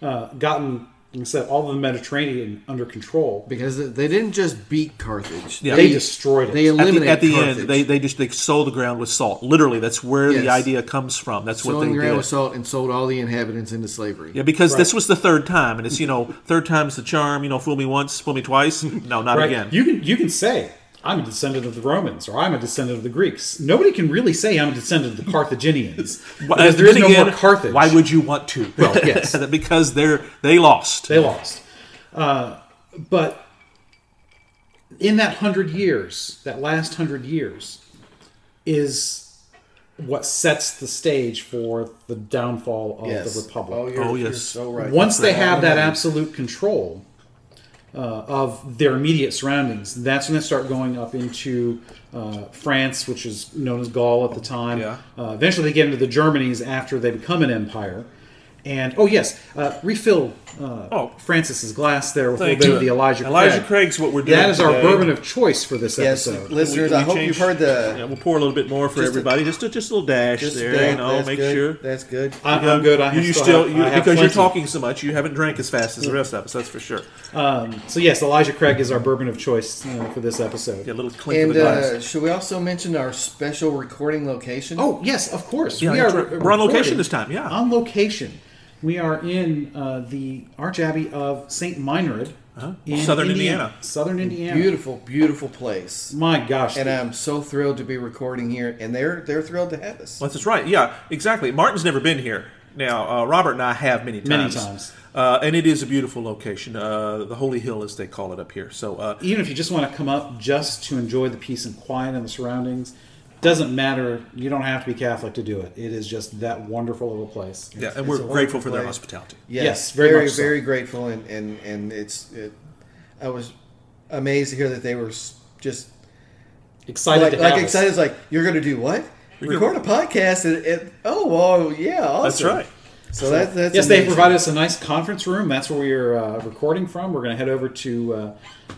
[SPEAKER 1] uh, gotten, like I said, all of the Mediterranean under control.
[SPEAKER 2] because they didn't just beat Carthage.
[SPEAKER 3] Yeah.
[SPEAKER 1] They destroyed it.
[SPEAKER 2] They
[SPEAKER 3] at
[SPEAKER 2] eliminated
[SPEAKER 3] the, at the
[SPEAKER 2] Carthage.
[SPEAKER 3] end, they, they just they sold the ground with salt. Literally, that's where
[SPEAKER 2] Yes.
[SPEAKER 3] the idea comes from. That's what
[SPEAKER 2] Selling
[SPEAKER 3] they
[SPEAKER 2] the ground
[SPEAKER 3] did.
[SPEAKER 2] with salt and sold all the inhabitants into slavery.
[SPEAKER 3] Yeah, because this was the third time, and it's you know third time's the charm. You know, fool me once, fool me twice. No, not
[SPEAKER 1] right?
[SPEAKER 3] again.
[SPEAKER 1] You can you can say I'm a descendant of the Romans or I'm a descendant of the Greeks. Nobody can really say I'm a descendant of the Carthaginians
[SPEAKER 3] Well, uh,
[SPEAKER 1] because there
[SPEAKER 3] then
[SPEAKER 1] is no more
[SPEAKER 3] again,
[SPEAKER 1] Carthage.
[SPEAKER 3] Why would you want to?
[SPEAKER 1] Well, yes.
[SPEAKER 3] because they're they lost.
[SPEAKER 1] They lost. Uh, but in that hundred years, that last hundred years, is what sets the stage for the downfall of the republic.
[SPEAKER 2] you're,
[SPEAKER 3] Oh,
[SPEAKER 2] you're
[SPEAKER 3] yes.
[SPEAKER 2] so right.
[SPEAKER 1] Once they have that absolute control uh, of their immediate surroundings, that's when they start going up into uh, France, which is known as Gaul at the time.
[SPEAKER 3] Yeah.
[SPEAKER 1] Uh, eventually, they get into the Germanies after they become an empire. And oh yes, uh, refill uh,
[SPEAKER 3] Oh.
[SPEAKER 1] Francis's glass there with a
[SPEAKER 3] Thank
[SPEAKER 1] little bit
[SPEAKER 3] you.
[SPEAKER 1] of the Elijah.
[SPEAKER 3] Elijah
[SPEAKER 1] Craig.
[SPEAKER 3] Craig's what we're doing
[SPEAKER 1] That is our
[SPEAKER 3] today.
[SPEAKER 1] bourbon of choice for this
[SPEAKER 2] Yes,
[SPEAKER 1] episode.
[SPEAKER 2] listeners,
[SPEAKER 3] We- we
[SPEAKER 2] I hope
[SPEAKER 3] changed-
[SPEAKER 2] you've heard the.
[SPEAKER 3] Yeah, we'll pour a little bit more for
[SPEAKER 2] Just a-
[SPEAKER 3] everybody. just a, just a little dash
[SPEAKER 2] just
[SPEAKER 3] there.
[SPEAKER 2] that,
[SPEAKER 3] you know,
[SPEAKER 2] that's
[SPEAKER 3] make
[SPEAKER 2] good,
[SPEAKER 3] sure.
[SPEAKER 2] That's good.
[SPEAKER 1] I'm, I'm good. I
[SPEAKER 3] you,
[SPEAKER 1] have
[SPEAKER 3] you
[SPEAKER 1] still,
[SPEAKER 3] still
[SPEAKER 1] have-
[SPEAKER 3] you,
[SPEAKER 1] I have
[SPEAKER 3] because you're
[SPEAKER 1] plenty.
[SPEAKER 3] talking so much. You haven't drank as fast as the rest of us. That's for sure.
[SPEAKER 1] So yes, Elijah Craig is our bourbon of choice uh, for this episode.
[SPEAKER 3] Yeah, a little clink of
[SPEAKER 2] And
[SPEAKER 3] the glass.
[SPEAKER 2] uh, should we also mention our special recording location?
[SPEAKER 1] Oh yes, of course.
[SPEAKER 3] Yeah,
[SPEAKER 1] we
[SPEAKER 3] that's
[SPEAKER 1] are.
[SPEAKER 3] right. We're on location
[SPEAKER 1] recording
[SPEAKER 3] this time, yeah.
[SPEAKER 1] on location. We are in uh, the Archabbey of Saint Minorid, in
[SPEAKER 3] Uh-huh. Southern Indiana.
[SPEAKER 1] Southern Indiana.
[SPEAKER 2] beautiful, beautiful place.
[SPEAKER 1] My gosh,
[SPEAKER 2] And um, I'm so thrilled to be recording here, and they're they're thrilled to have us.
[SPEAKER 3] Well, that's right. Yeah, exactly. Martin's never been here. Now, uh, Robert and I have many times.
[SPEAKER 1] Many times.
[SPEAKER 3] Uh, and it is a beautiful location. Uh, the Holy Hill, as they call it up here. So, uh,
[SPEAKER 1] even if you just want to come up just to enjoy the peace and quiet and the surroundings, doesn't matter. You don't have to be Catholic to do it. It is just that wonderful little place.
[SPEAKER 3] yeah, and
[SPEAKER 2] it's
[SPEAKER 3] we're
[SPEAKER 2] a
[SPEAKER 3] grateful
[SPEAKER 2] wonderful
[SPEAKER 3] for their
[SPEAKER 2] place.
[SPEAKER 3] hospitality.
[SPEAKER 1] yes, very
[SPEAKER 2] very,
[SPEAKER 1] much so.
[SPEAKER 2] very grateful, and and and it's. It, I was amazed to hear that they were s- just
[SPEAKER 1] Excited
[SPEAKER 2] like
[SPEAKER 1] to
[SPEAKER 2] like
[SPEAKER 1] have us.
[SPEAKER 2] excited. It's like you're going to do what?
[SPEAKER 3] You're
[SPEAKER 2] Record a podcast? And, and- oh, well, yeah, awesome.
[SPEAKER 3] That's right.
[SPEAKER 2] So that, that's
[SPEAKER 1] yes, they
[SPEAKER 2] amazing.
[SPEAKER 1] provided us a nice conference room. That's where we are uh, recording from. We're going to head over to uh,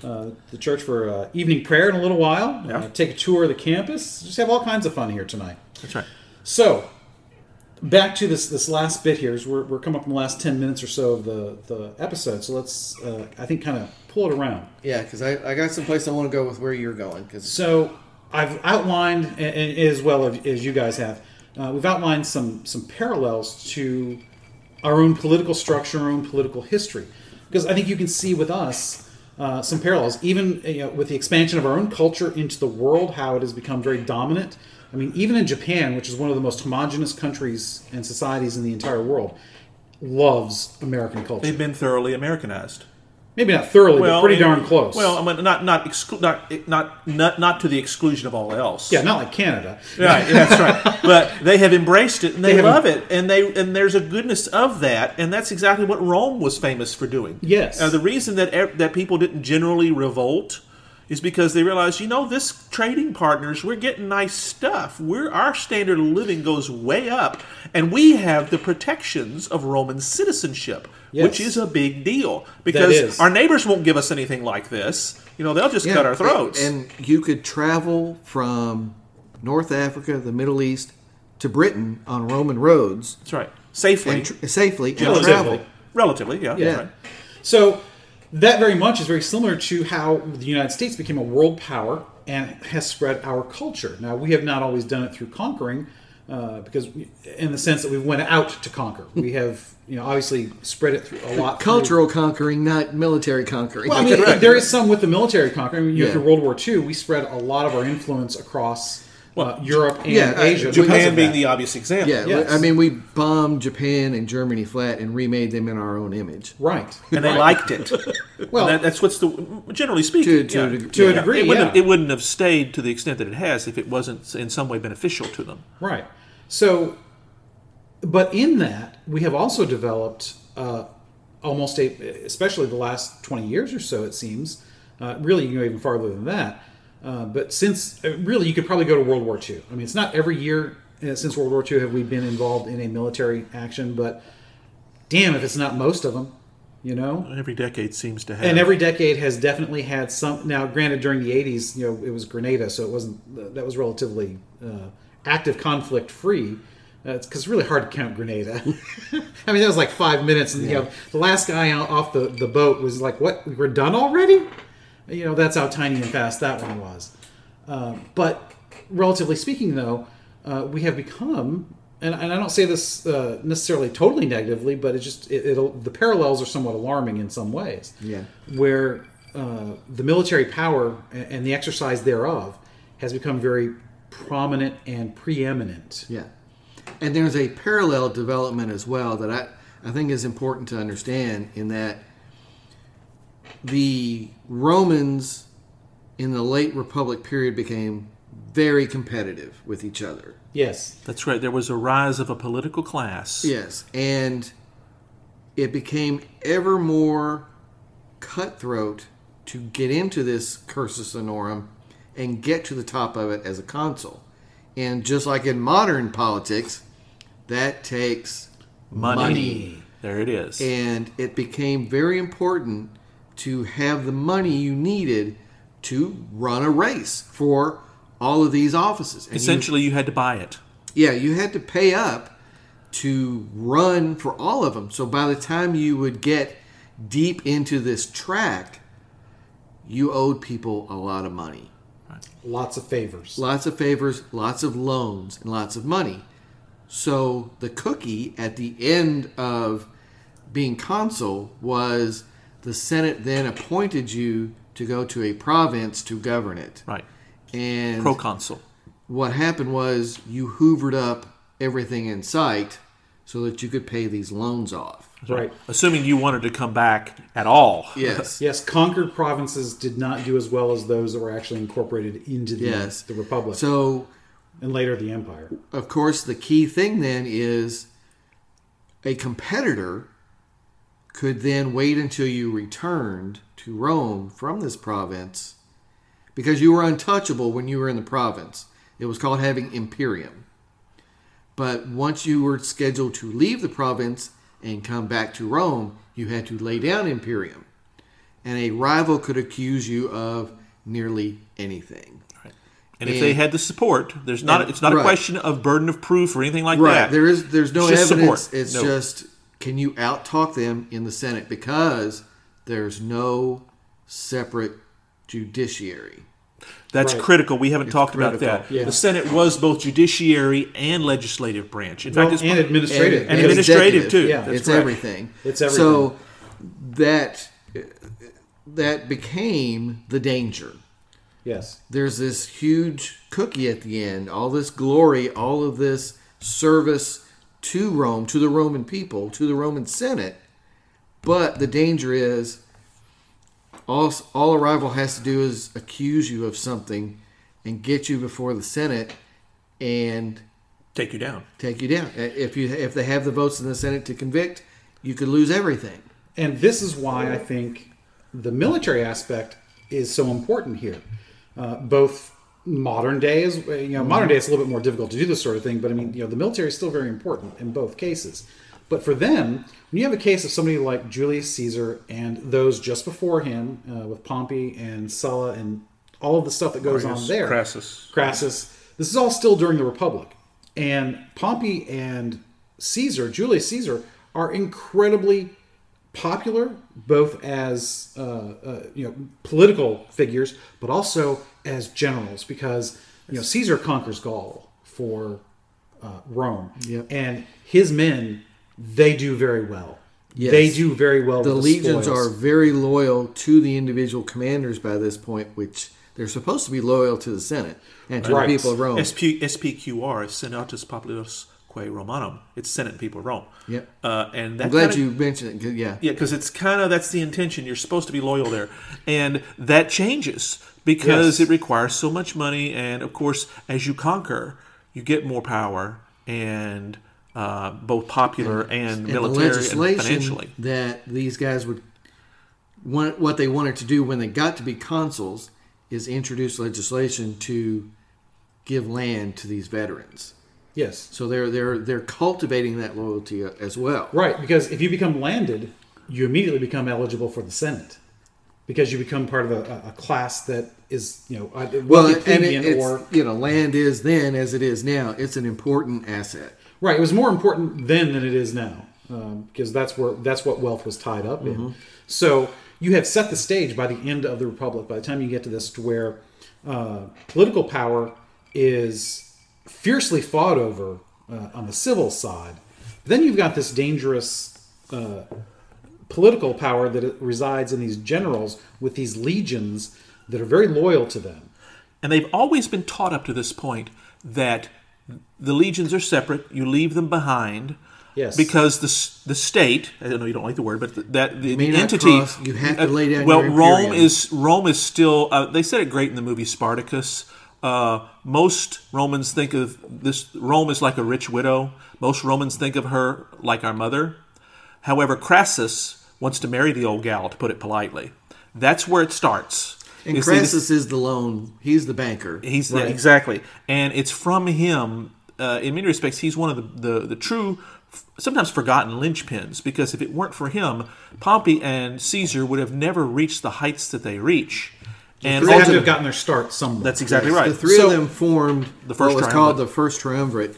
[SPEAKER 1] uh, the church for uh, evening prayer in a little while.
[SPEAKER 3] Yeah.
[SPEAKER 1] Uh, take a tour of the campus. Just have all kinds of fun here tonight.
[SPEAKER 3] That's right.
[SPEAKER 1] So, back to this this last bit here. Is we're, we're coming up in the last ten minutes or so of the the episode. So let's uh, I think kind of pull it around.
[SPEAKER 2] Yeah, because I, I got someplace I want to go with where you're going. Because
[SPEAKER 1] So I've outlined, a- a- as well as- as you guys have, uh, we've outlined some some parallels to our own political structure, our own political history, because I think you can see with us. Uh, some parallels, even you know, with the expansion of our own culture into the world, how it has become very dominant. I mean, even in Japan, which is one of the most homogenous countries and societies in the entire world, loves American culture.
[SPEAKER 3] They've been thoroughly Americanized.
[SPEAKER 1] Maybe not thoroughly, but pretty
[SPEAKER 3] and-
[SPEAKER 1] darn close.
[SPEAKER 3] Well, I mean, not not, exclu- not not not not to the exclusion of all else.
[SPEAKER 1] yeah, not like Canada.
[SPEAKER 3] Right, yeah, that's right. But they have embraced it and they,
[SPEAKER 1] They have-
[SPEAKER 3] love it, and they and there's a goodness of that, and that's exactly what Rome was famous for doing.
[SPEAKER 1] Yes.
[SPEAKER 3] Uh, the reason that ev- that people didn't generally revolt is because they realized, you know, this trading partners, we're getting nice stuff. We're our standard of living goes way up, and we have the protections of Roman citizenship, which
[SPEAKER 1] Yes.
[SPEAKER 3] is a big deal because
[SPEAKER 1] is.
[SPEAKER 3] our neighbors won't give us anything like this. You know, they'll just cut our throats.
[SPEAKER 2] And you could travel from North Africa, the Middle East, to Britain on Roman roads
[SPEAKER 3] that's right. Safely.
[SPEAKER 2] and tr- safely and
[SPEAKER 1] Relatively.
[SPEAKER 2] travel.
[SPEAKER 3] Relatively, yeah. that's
[SPEAKER 2] Yeah.
[SPEAKER 3] right.
[SPEAKER 1] So that very much is very similar to how the United States became a world power and has spread our culture. Now we have not always done it through conquering, uh, because we, in the sense that we went out to conquer, we have you know obviously spread it through a lot. through-
[SPEAKER 2] Cultural conquering, not military conquering.
[SPEAKER 1] Well, I mean, there is some with the military conquering. I mean, you know,
[SPEAKER 2] Yeah.
[SPEAKER 1] Through World War II, we spread a lot of our influence across uh, Europe and
[SPEAKER 2] yeah, uh,
[SPEAKER 1] Asia. because
[SPEAKER 3] Japan
[SPEAKER 1] of
[SPEAKER 3] being
[SPEAKER 1] that.
[SPEAKER 3] the obvious example.
[SPEAKER 2] yeah,
[SPEAKER 1] yes.
[SPEAKER 2] I mean, we bombed Japan and Germany flat and remade them in our own image.
[SPEAKER 1] right.
[SPEAKER 3] And they liked it.
[SPEAKER 1] Well-
[SPEAKER 3] well, that, that's what's the generally speaking.
[SPEAKER 2] To- to a
[SPEAKER 3] yeah.
[SPEAKER 2] deg-
[SPEAKER 1] To a
[SPEAKER 2] Yeah.
[SPEAKER 1] degree,
[SPEAKER 3] it, wouldn't have,
[SPEAKER 1] yeah.
[SPEAKER 3] it wouldn't have stayed to the extent that it has if it wasn't in some way beneficial to them.
[SPEAKER 1] Right. So, but in that, we have also developed uh, almost a, especially the last 20 years or so, it seems, uh, really, you know, even farther than that. Uh, but since, uh, really, you could probably go to World War II. I mean, it's not every year uh, since World War II have we been involved in a military action, but damn if it's not most of them, you know?
[SPEAKER 3] Every decade seems to have.
[SPEAKER 1] and every decade has definitely had some now granted during the 80s you know it was grenada so it wasn't that was relatively uh, active conflict free uh, it's because really hard to count grenada i mean that was like five minutes and you know the last guy out off the, the boat was like what we were done already you know that's how tiny and fast that one was um, but relatively speaking though uh, we have become and, and i don't say this uh, necessarily totally negatively but it's just it, it'll the parallels are somewhat alarming in some ways
[SPEAKER 2] Yeah.
[SPEAKER 1] where uh, the military power and, and the exercise thereof has become very prominent and preeminent
[SPEAKER 2] Yeah. And there's a parallel development as well that I, I think is important to understand in that the Romans in the late Republic period became very competitive with each other.
[SPEAKER 1] yes
[SPEAKER 3] that's right. There was a rise of a political class.
[SPEAKER 2] Yes. And it became ever more cutthroat to get into this cursus honorum and get to the top of it as a consul. And just like in modern politics, that takes
[SPEAKER 3] Money.
[SPEAKER 1] Money.
[SPEAKER 3] There it is.
[SPEAKER 2] and it became very important to have the money you needed to run a race for all of these offices. And you-
[SPEAKER 3] Essentially, you had to buy it.
[SPEAKER 2] yeah, you had to pay up to run for all of them. So by the time you would get deep into this track, you owed people a lot of money.
[SPEAKER 1] lots of favors
[SPEAKER 2] Lots of favors, lots of loans, and lots of money. So the cookie at the end of being consul was the Senate then appointed you to go to a province to govern it.
[SPEAKER 3] Right.
[SPEAKER 2] And
[SPEAKER 3] Proconsul.
[SPEAKER 2] what happened was you hoovered up everything in sight so that you could pay these loans off.
[SPEAKER 1] right
[SPEAKER 3] Assuming you wanted to come back at all.
[SPEAKER 2] Yes.
[SPEAKER 1] yes conquered provinces did not do as well as those that were actually incorporated into the,
[SPEAKER 2] Yes.
[SPEAKER 1] the republic
[SPEAKER 2] So
[SPEAKER 1] and later the empire
[SPEAKER 2] of course, the key thing then is a competitor could then wait until you returned to Rome from this province because you were untouchable when you were in the province. It was called having imperium. But once you were scheduled to leave the province and come back to Rome, you had to lay down Imperium. And a rival could accuse you of nearly anything.
[SPEAKER 3] And if they
[SPEAKER 2] And-
[SPEAKER 3] had the support, there's not. It's not a
[SPEAKER 2] Right.
[SPEAKER 3] question of burden of proof or anything like
[SPEAKER 2] Right.
[SPEAKER 3] that.
[SPEAKER 2] There is there's no
[SPEAKER 3] It's just
[SPEAKER 2] evidence.
[SPEAKER 3] support.
[SPEAKER 2] It's
[SPEAKER 3] No.
[SPEAKER 2] just can you out talk them in the Senate because there's no separate judiciary.
[SPEAKER 3] That's critical. We haven't talked about
[SPEAKER 2] critical.
[SPEAKER 3] that.
[SPEAKER 1] Yeah.
[SPEAKER 3] The Senate was both judiciary and legislative branch. In fact, it's
[SPEAKER 1] and administrative.
[SPEAKER 2] And- and
[SPEAKER 1] because-
[SPEAKER 3] administrative,
[SPEAKER 2] executive.
[SPEAKER 3] too.
[SPEAKER 1] Yeah.
[SPEAKER 2] it's
[SPEAKER 1] That's right.
[SPEAKER 2] everything.
[SPEAKER 1] It's
[SPEAKER 2] So that that became the danger.
[SPEAKER 1] yes.
[SPEAKER 2] There's this huge cookie at the end, all this glory, all of this service to Rome, to the Roman people, to the Roman Senate. But the danger is all, all a rival has to do is accuse you of something and get you before the Senate and
[SPEAKER 3] take you down.
[SPEAKER 2] take you down. If you if they have the votes in the Senate to convict, you could lose everything.
[SPEAKER 1] And this is why I think the military aspect is so important here. Uh, both modern day is, you know, modern day it's a little bit more difficult to do this sort of thing, but I mean, you know, the military is still very important in both cases. But for them, when you have a case of somebody like Julius Caesar and those just before him uh, with Pompey and Sulla and all of the stuff that goes on there,
[SPEAKER 3] Crassus.
[SPEAKER 1] Crassus. This is all still during the Republic. And Pompey and Caesar, Julius Caesar, are incredibly popular, both as uh, uh, you know political figures, but also as generals, because you know Caesar conquers Gaul for uh, Rome,
[SPEAKER 2] Yep.
[SPEAKER 1] and his men they do very well.
[SPEAKER 2] Yes.
[SPEAKER 1] They do very well.
[SPEAKER 2] the
[SPEAKER 1] with
[SPEAKER 2] legions
[SPEAKER 1] spoils.
[SPEAKER 2] are very loyal to the individual commanders by this point, which they're supposed to be loyal to the Senate and to
[SPEAKER 1] Right.
[SPEAKER 2] the people of Rome.
[SPEAKER 3] SP, SPQR is Senatus Populusque Romanum. It's Senate and People of Rome.
[SPEAKER 2] Yep.
[SPEAKER 3] Uh, and that
[SPEAKER 2] I'm glad
[SPEAKER 3] kinda-
[SPEAKER 2] you mentioned it. 'cause- Yeah,
[SPEAKER 3] Yeah, because it's kind of that's the intention. You're supposed to be loyal there, and that changes because
[SPEAKER 1] Yes.
[SPEAKER 3] it requires so much money. And of course, as you conquer, you get more power and uh, both popular and,
[SPEAKER 2] and the
[SPEAKER 3] military and
[SPEAKER 2] legislation
[SPEAKER 3] financially.
[SPEAKER 2] that these guys would want, what they wanted to do when they got to be consuls is introduce legislation to give land to these veterans.
[SPEAKER 1] yes,
[SPEAKER 2] So they're they're they're cultivating that loyalty uh, as well.
[SPEAKER 1] right. Because if you become landed, you immediately become eligible for the Senate. Because you become part of a, a- a class that is, you know, either
[SPEAKER 2] Well,
[SPEAKER 1] wealthy
[SPEAKER 2] and
[SPEAKER 1] plebeian
[SPEAKER 2] it, it's,
[SPEAKER 1] or
[SPEAKER 2] you know, land is then as it is now. It's an important asset.
[SPEAKER 1] Right. It was more important then than it is now because that's where that's what wealth was tied up
[SPEAKER 3] Mm-hmm.
[SPEAKER 1] in. So you have set the stage by the end of the republic. By the time you get to this, to where uh, political power is fiercely fought over uh, on the civil side, then you've got this dangerous uh, political power that resides in these generals with these legions that are very loyal to them.
[SPEAKER 3] And they've always been taught up to this point that the legions are separate. You leave them behind.
[SPEAKER 1] Yes.
[SPEAKER 3] Because the s- the state, I know you don't like the word, but th- that the, the
[SPEAKER 2] not
[SPEAKER 3] entity uh,
[SPEAKER 2] cross, you have to lay down
[SPEAKER 3] Well,
[SPEAKER 2] your
[SPEAKER 3] Rome
[SPEAKER 2] imperium.
[SPEAKER 3] is Rome is still. Uh, they said it great in the movie Spartacus. Uh, most Romans think of this Rome is like a rich widow. Most Romans think of her like our mother. However, Crassus wants to marry the old gal, to put it politely. That's where it starts.
[SPEAKER 2] And
[SPEAKER 3] Is that this-
[SPEAKER 2] Crassus is the loan. He's the banker.
[SPEAKER 3] He's yeah, exactly, and it's from him. Uh, in many respects, he's one of the the, the true, f- sometimes forgotten linchpins. Because if it weren't for him, Pompey and Caesar would have never reached the heights that they reach. And
[SPEAKER 1] They have to
[SPEAKER 3] ultimately,
[SPEAKER 1] have gotten their start somewhere.
[SPEAKER 3] that's exactly right.
[SPEAKER 2] The three
[SPEAKER 1] So-
[SPEAKER 2] of them formed the
[SPEAKER 3] first
[SPEAKER 2] what was
[SPEAKER 3] triumvirate.
[SPEAKER 2] called the first triumvirate.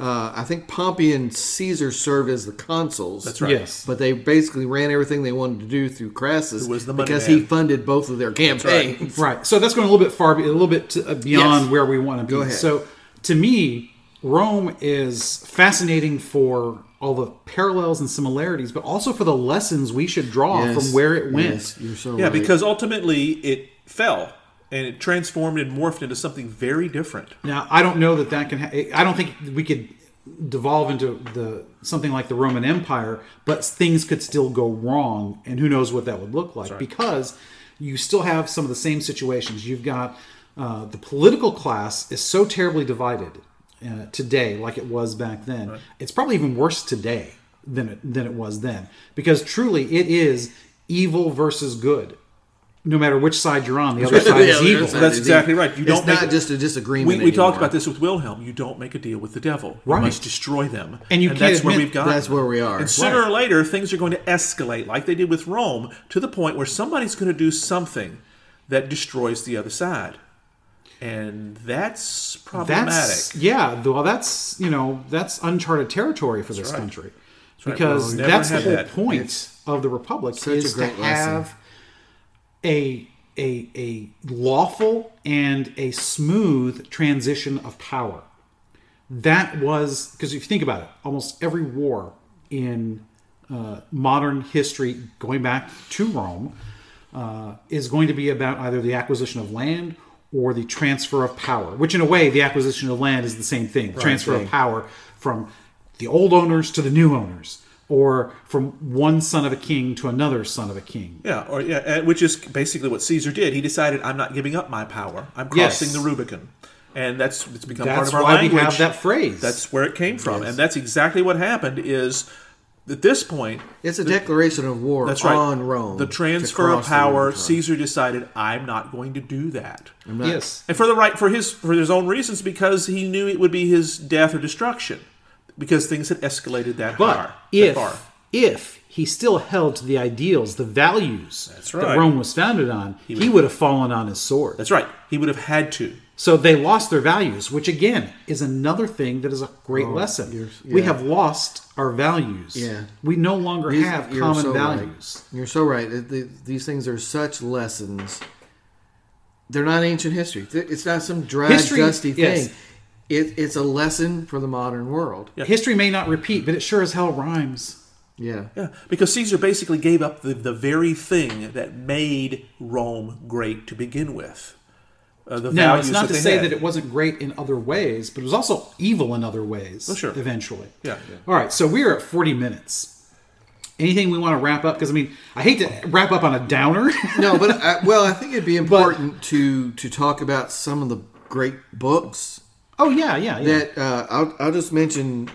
[SPEAKER 2] Uh, I think Pompey and Caesar served as the consuls. That's
[SPEAKER 3] right.
[SPEAKER 1] Yes.
[SPEAKER 2] But they basically ran everything they wanted to do through Crassus
[SPEAKER 3] was the money
[SPEAKER 2] because
[SPEAKER 3] man.
[SPEAKER 2] he funded both of their
[SPEAKER 3] right.
[SPEAKER 2] campaigns.
[SPEAKER 1] Right. So that's going a little bit far, a little bit to, uh, beyond
[SPEAKER 2] Yes.
[SPEAKER 1] where we want to be.
[SPEAKER 2] ahead.
[SPEAKER 1] So to me, Rome is fascinating for all the parallels and similarities, but also for the lessons we should draw
[SPEAKER 2] Yes.
[SPEAKER 1] from where it went.
[SPEAKER 2] Yes, you're so
[SPEAKER 3] yeah,
[SPEAKER 2] right.
[SPEAKER 3] because ultimately it fell and it transformed and morphed into something very different.
[SPEAKER 1] Now, I don't know that that can. Ha- I don't think we could devolve into the something like the Roman Empire, but things could still go wrong, and who knows what that would look like because you still have some of the same situations. You've got uh, the political class is so terribly divided uh, today, like it was back then. It's probably even worse today than it, than it was then because truly it is evil versus good no matter which side you're on, the other side is
[SPEAKER 2] Yeah,
[SPEAKER 1] evil.
[SPEAKER 2] side
[SPEAKER 3] That's
[SPEAKER 2] is
[SPEAKER 3] exactly
[SPEAKER 2] evil.
[SPEAKER 3] right. You
[SPEAKER 2] it's
[SPEAKER 3] don't make
[SPEAKER 2] not
[SPEAKER 3] it-
[SPEAKER 2] just a disagreement.
[SPEAKER 3] We, we talked
[SPEAKER 2] anymore.
[SPEAKER 3] about this with Wilhelm. You don't make a deal with the devil.
[SPEAKER 1] Right.
[SPEAKER 3] You must destroy them.
[SPEAKER 1] And you can't
[SPEAKER 3] that's where
[SPEAKER 1] admit
[SPEAKER 3] we've got.
[SPEAKER 2] that's where we are.
[SPEAKER 3] And sooner
[SPEAKER 1] Right.
[SPEAKER 3] or later, things are going to escalate, like they did with Rome, to the point where somebody's going to do something that destroys the other side, and that's problematic.
[SPEAKER 1] That's yeah. th- Well, that's you know that's uncharted territory for this country
[SPEAKER 3] right.
[SPEAKER 1] because
[SPEAKER 3] We'll never
[SPEAKER 1] that's the
[SPEAKER 3] have
[SPEAKER 1] whole
[SPEAKER 3] that.
[SPEAKER 1] point of the republic
[SPEAKER 2] such a
[SPEAKER 1] is to
[SPEAKER 2] great lesson.
[SPEAKER 1] have a a a lawful and a smooth transition of power. That was because if you think about it, almost every war in uh, modern history, going back to Rome, uh, is going to be about either the acquisition of land or the transfer of power, which in a way, the acquisition of land is the same thing. The transfer of power from the old owners to the new owners, or from one son of a king to another son of a king.
[SPEAKER 3] Yeah, or yeah, and- which is basically what Caesar did. He decided, I'm not giving up my power. I'm
[SPEAKER 1] Yes.
[SPEAKER 3] crossing the Rubicon, and that's it's become part
[SPEAKER 1] That's
[SPEAKER 3] of our
[SPEAKER 1] why
[SPEAKER 3] language.
[SPEAKER 1] we have that phrase.
[SPEAKER 3] that's where it came from, and that's exactly what happened. Is at this point,
[SPEAKER 2] It's a declaration of war
[SPEAKER 3] That's right.
[SPEAKER 2] on Rome.
[SPEAKER 3] The
[SPEAKER 2] to
[SPEAKER 3] transfer of
[SPEAKER 2] cross the Rubicon.
[SPEAKER 3] power, Caesar decided, I'm not going to do that.
[SPEAKER 1] yes.
[SPEAKER 3] And for the right for his for his own reasons, because he knew it would be his death or destruction. Because things had escalated that
[SPEAKER 1] But
[SPEAKER 3] far. that
[SPEAKER 1] if
[SPEAKER 3] far.
[SPEAKER 1] if he still held to the ideals, the values that
[SPEAKER 3] right.
[SPEAKER 1] Rome was founded on, he would, have fallen on his sword.
[SPEAKER 3] That's right. He would have had to.
[SPEAKER 1] So they lost their values, which again is another thing that is a great lesson. We
[SPEAKER 2] Oh, yeah.
[SPEAKER 1] have lost our values.
[SPEAKER 2] Yeah.
[SPEAKER 1] We no longer have
[SPEAKER 2] you're
[SPEAKER 1] common
[SPEAKER 2] so right.
[SPEAKER 1] values.
[SPEAKER 2] You're so right. Th- th- These things are such lessons. They're not ancient history. Th- It's not some dry,
[SPEAKER 1] History-
[SPEAKER 2] dusty
[SPEAKER 1] yes.
[SPEAKER 2] thing. It, it's a lesson for the modern world.
[SPEAKER 3] Yeah.
[SPEAKER 1] History may not repeat, but it sure as hell rhymes.
[SPEAKER 2] Yeah.
[SPEAKER 3] Yeah. Because Caesar basically gave up the, the very thing that made Rome great to begin with. Uh, the
[SPEAKER 1] Now,
[SPEAKER 3] values
[SPEAKER 1] it's not
[SPEAKER 3] that
[SPEAKER 1] to
[SPEAKER 3] they
[SPEAKER 1] say
[SPEAKER 3] had.
[SPEAKER 1] that it wasn't great in other ways, but it was also evil in other ways
[SPEAKER 3] Oh, sure.
[SPEAKER 1] eventually.
[SPEAKER 3] Yeah.
[SPEAKER 1] All right, so we are at 40 minutes. Anything we want to wrap up? Because, I mean, I hate to wrap up on a downer.
[SPEAKER 2] No, but I, well, I think it'd be important to to talk about some of the great books
[SPEAKER 1] oh, yeah, yeah, yeah.
[SPEAKER 2] that uh, I'll, I'll just mention.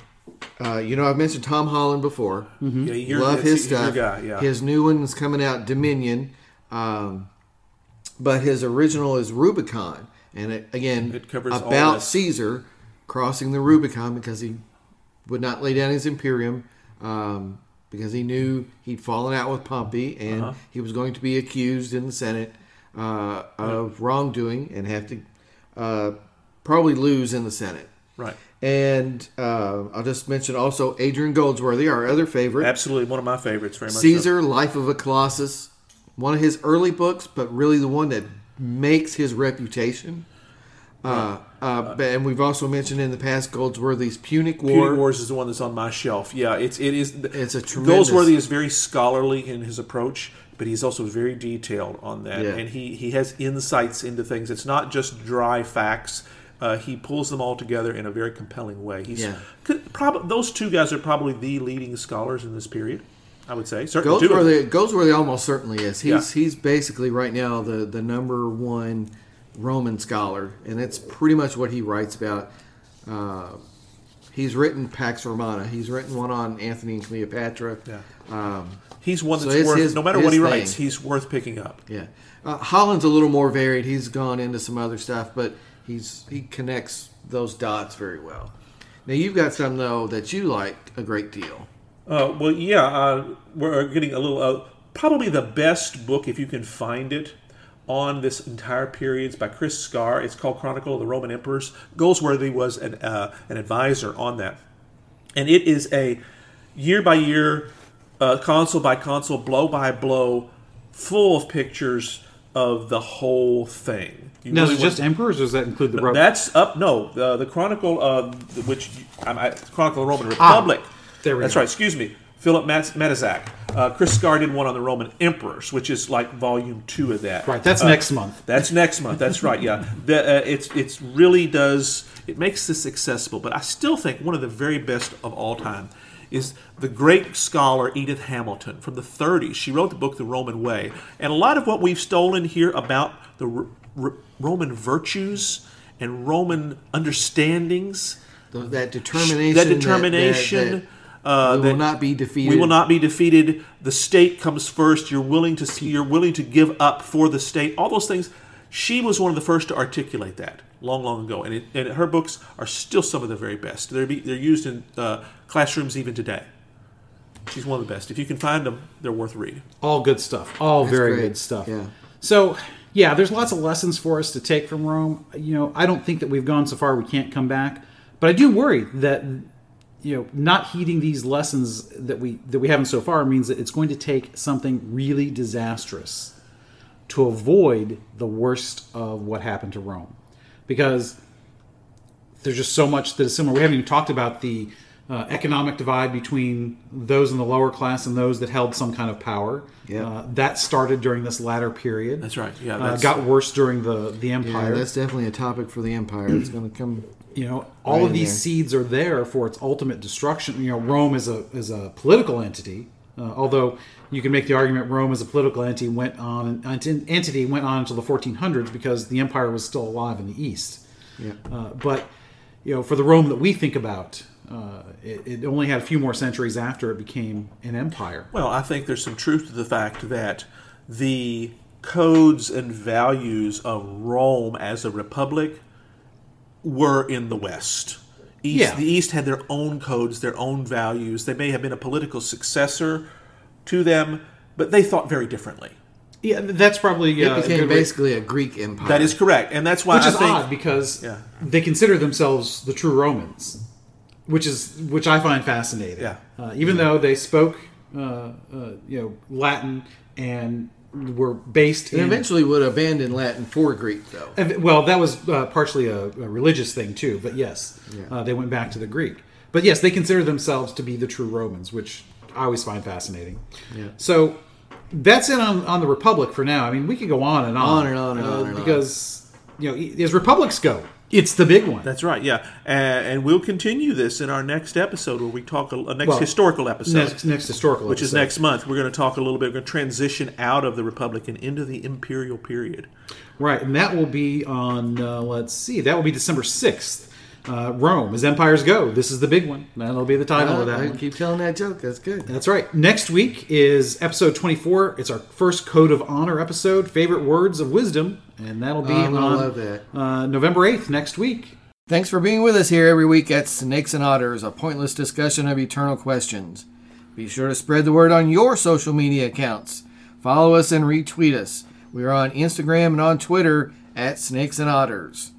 [SPEAKER 2] Uh, you know, I've mentioned Tom Holland before.
[SPEAKER 1] Mm-hmm.
[SPEAKER 3] yeah, you're,
[SPEAKER 2] Love
[SPEAKER 3] that's-
[SPEAKER 2] his
[SPEAKER 3] you're
[SPEAKER 2] stuff.
[SPEAKER 3] Your guy, yeah.
[SPEAKER 2] His new one is coming out, Dominion. Um, but his original is Rubicon, and it, again,
[SPEAKER 3] It covers all
[SPEAKER 2] about
[SPEAKER 3] this.
[SPEAKER 2] Caesar crossing the Rubicon because he would not lay down his imperium um, because he knew he'd fallen out with Pompey and
[SPEAKER 3] Uh-huh.
[SPEAKER 2] he was going to be accused in the Senate uh, of wrongdoing and have to uh, probably lose in the Senate.
[SPEAKER 3] right.
[SPEAKER 2] And uh, I'll just mention also Adrian Goldsworthy, our other favorite.
[SPEAKER 3] Absolutely one of my favorites, very much. so.
[SPEAKER 2] Caesar, Life of a Colossus, one of his early books, but really the one that makes his reputation. Uh, uh, but- and we've also mentioned in the past Goldsworthy's Punic War.
[SPEAKER 3] Punic Wars is the one that's on my shelf. Yeah, it's it is.
[SPEAKER 2] It's a tremendous-
[SPEAKER 3] Goldsworthy is very scholarly in his approach, but he's also very detailed on that,
[SPEAKER 2] Yeah.
[SPEAKER 3] and he he has insights into things. It's not just dry facts. Uh, he pulls them all together in a very compelling way. He's
[SPEAKER 2] Yeah.
[SPEAKER 3] could, prob- those two guys are probably the leading scholars in this period. I would say certainly two of them.
[SPEAKER 2] Goldsworthy, Goldsworthy almost certainly is. He's he's basically right now the the number one Roman scholar, and that's pretty much what he writes about. Uh, he's written Pax Romana. He's written one on Anthony and Cleopatra.
[SPEAKER 3] Yeah.
[SPEAKER 2] Um,
[SPEAKER 3] He's one that's
[SPEAKER 2] it's
[SPEAKER 3] worth
[SPEAKER 2] his-
[SPEAKER 3] no matter
[SPEAKER 2] his
[SPEAKER 3] what he
[SPEAKER 2] thing.
[SPEAKER 3] writes, he's worth picking up.
[SPEAKER 2] Yeah, uh, Holland's a little more varied. He's gone into some other stuff, but he's he connects those dots very well. Now you've got some though that you like a great deal.
[SPEAKER 3] Uh, well, yeah, uh, we're getting a little. Uh, probably the best book, if you can find it, on this entire period is by Chris Scar. It's called Chronicle of the Roman Emperors. Goldsworthy was an uh, an advisor on that, and it is a year by year, uh, console by console, blow by blow, full of pictures of the whole thing. You
[SPEAKER 1] Now,
[SPEAKER 3] really
[SPEAKER 1] is it
[SPEAKER 3] want-
[SPEAKER 1] just emperors, or does that include the Roman?
[SPEAKER 3] that's up. No, the, the Chronicle of which um, I, Chronicle of the Roman Republic.
[SPEAKER 1] Ah, there we
[SPEAKER 3] That's
[SPEAKER 1] go.
[SPEAKER 3] right. Excuse me, Philip Mat- Matizak. Uh, Chris Scar did one on the Roman emperors, which is like volume two of that.
[SPEAKER 1] Right, that's
[SPEAKER 3] Uh,
[SPEAKER 1] next month.
[SPEAKER 3] That's next month. That's right. Yeah, the, uh, it's it's really does it makes this accessible. But I still think one of the very best of all time is the great scholar Edith Hamilton from the 30s. She wrote the book The Roman Way, and a lot of what we've stolen here about the r- r- Roman virtues and Roman understandings
[SPEAKER 2] Th- That determination,
[SPEAKER 3] that determination
[SPEAKER 2] that- that-
[SPEAKER 3] Uh,
[SPEAKER 2] We will
[SPEAKER 3] that-
[SPEAKER 2] not be defeated.
[SPEAKER 3] we will not be defeated. The state comes first. You're willing to you're willing to give up for the state. All those things. She was one of the first to articulate that long, long ago, and, it, and her books are still some of the very best. They're be, they're used in uh, classrooms even today. She's one of the best. If you can find them, they're worth reading.
[SPEAKER 1] all good stuff all very
[SPEAKER 2] great.
[SPEAKER 1] good stuff
[SPEAKER 2] Yeah.
[SPEAKER 1] so yeah there's lots of lessons for us to take from rome you know i don't think that we've gone so far we can't come back but i do worry that you know not heeding these lessons that we that we haven't so far means that it's going to take something really disastrous to avoid the worst of what happened to Rome, because there's just so much that is similar. We haven't even talked about the uh, economic divide between those in the lower class and those that held some kind of power.
[SPEAKER 2] Yeah.
[SPEAKER 1] Uh, that started during this latter period.
[SPEAKER 3] That's right. Yeah,
[SPEAKER 1] uh,
[SPEAKER 3] that's-
[SPEAKER 1] got worse during the the
[SPEAKER 2] Yeah,
[SPEAKER 1] empire.
[SPEAKER 2] that's definitely a topic for the Empire. It's going to come.
[SPEAKER 1] you know, all
[SPEAKER 2] Right
[SPEAKER 1] of
[SPEAKER 2] in
[SPEAKER 1] these
[SPEAKER 2] there.
[SPEAKER 1] seeds are there for its ultimate destruction. You know, Rome is a is a political entity. Uh, although you can make the argument Rome as a political entity went on ent- entity went on until the 1400s because the empire was still alive in the east.
[SPEAKER 2] Yeah.
[SPEAKER 1] Uh, but you know, for the Rome that we think about, uh, it, it only had a few more centuries after it became an empire.
[SPEAKER 3] Well, I think there's some truth to the fact that the codes and values of Rome as a republic were in the West. East,
[SPEAKER 1] Yeah.
[SPEAKER 3] The East had their own codes, their own values. They may have been a political successor to them, but they thought very differently.
[SPEAKER 1] Yeah, that's probably uh, a
[SPEAKER 2] It became
[SPEAKER 1] good way-
[SPEAKER 2] basically a Greek Empire.
[SPEAKER 3] That is correct, and that's why
[SPEAKER 1] which
[SPEAKER 3] I
[SPEAKER 1] is
[SPEAKER 3] think
[SPEAKER 1] odd because
[SPEAKER 3] Yeah.
[SPEAKER 1] they consider themselves the true Romans, which is which I find fascinating.
[SPEAKER 3] Yeah. Mm-hmm.
[SPEAKER 1] Uh, even though they spoke, uh, uh, you know, Latin and were based
[SPEAKER 2] They
[SPEAKER 1] in.
[SPEAKER 2] eventually would abandon Latin for Greek, though.
[SPEAKER 1] and- Well, that was uh, partially a, a religious thing too, but yes, uh, they went back to the Greek. But yes, they consider themselves to be the true Romans, which I always find fascinating.
[SPEAKER 2] Yeah.
[SPEAKER 1] So that's it on, on the Republic for now. I mean, we could go on and on,
[SPEAKER 2] On and on and on and on.
[SPEAKER 1] because you know, as republics go, it's the big one.
[SPEAKER 3] that's right. Yeah, and, and we'll continue this in our next episode where we talk a, a next
[SPEAKER 1] Well,
[SPEAKER 3] historical episode.
[SPEAKER 1] next, next historical,
[SPEAKER 3] which is next month. We're going to talk a little bit. We're going to transition out of the Republican into the Imperial period.
[SPEAKER 1] right? And that will be on. Uh, let's see, that will be December sixth. Uh, Rome, as empires go, this is the big one. That'll be the title of that.
[SPEAKER 2] Uh, I
[SPEAKER 1] one.
[SPEAKER 2] keep telling that joke. That's good.
[SPEAKER 1] That's right. Next week is episode twenty-four. It's our first Code of Honor episode, favorite words of wisdom, and that'll be
[SPEAKER 2] Oh, I'm gonna
[SPEAKER 1] on
[SPEAKER 2] love that.
[SPEAKER 1] Uh, November eighth next week.
[SPEAKER 2] Thanks for being with us here every week at Snakes and Otters, a pointless discussion of eternal questions. Be sure to spread the word on your social media accounts. Follow us and retweet us. We are on Instagram and on Twitter at Snakes and Otters.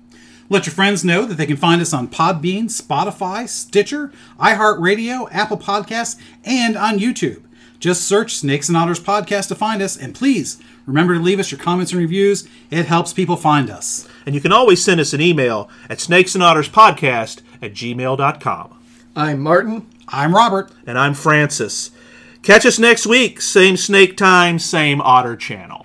[SPEAKER 1] Let your friends know that they can find us on Podbean, Spotify, Stitcher, iHeartRadio, Apple Podcasts, and on YouTube. Just search Snakes and Otters Podcast to find us, and please remember to leave us your comments and reviews. It helps people find us.
[SPEAKER 3] And you can always send us an email at snakes and otters podcast at gmail.com.
[SPEAKER 2] I'm Martin.
[SPEAKER 1] I'm Robert.
[SPEAKER 3] And I'm Francis. Catch us next week, same snake time, same otter channel.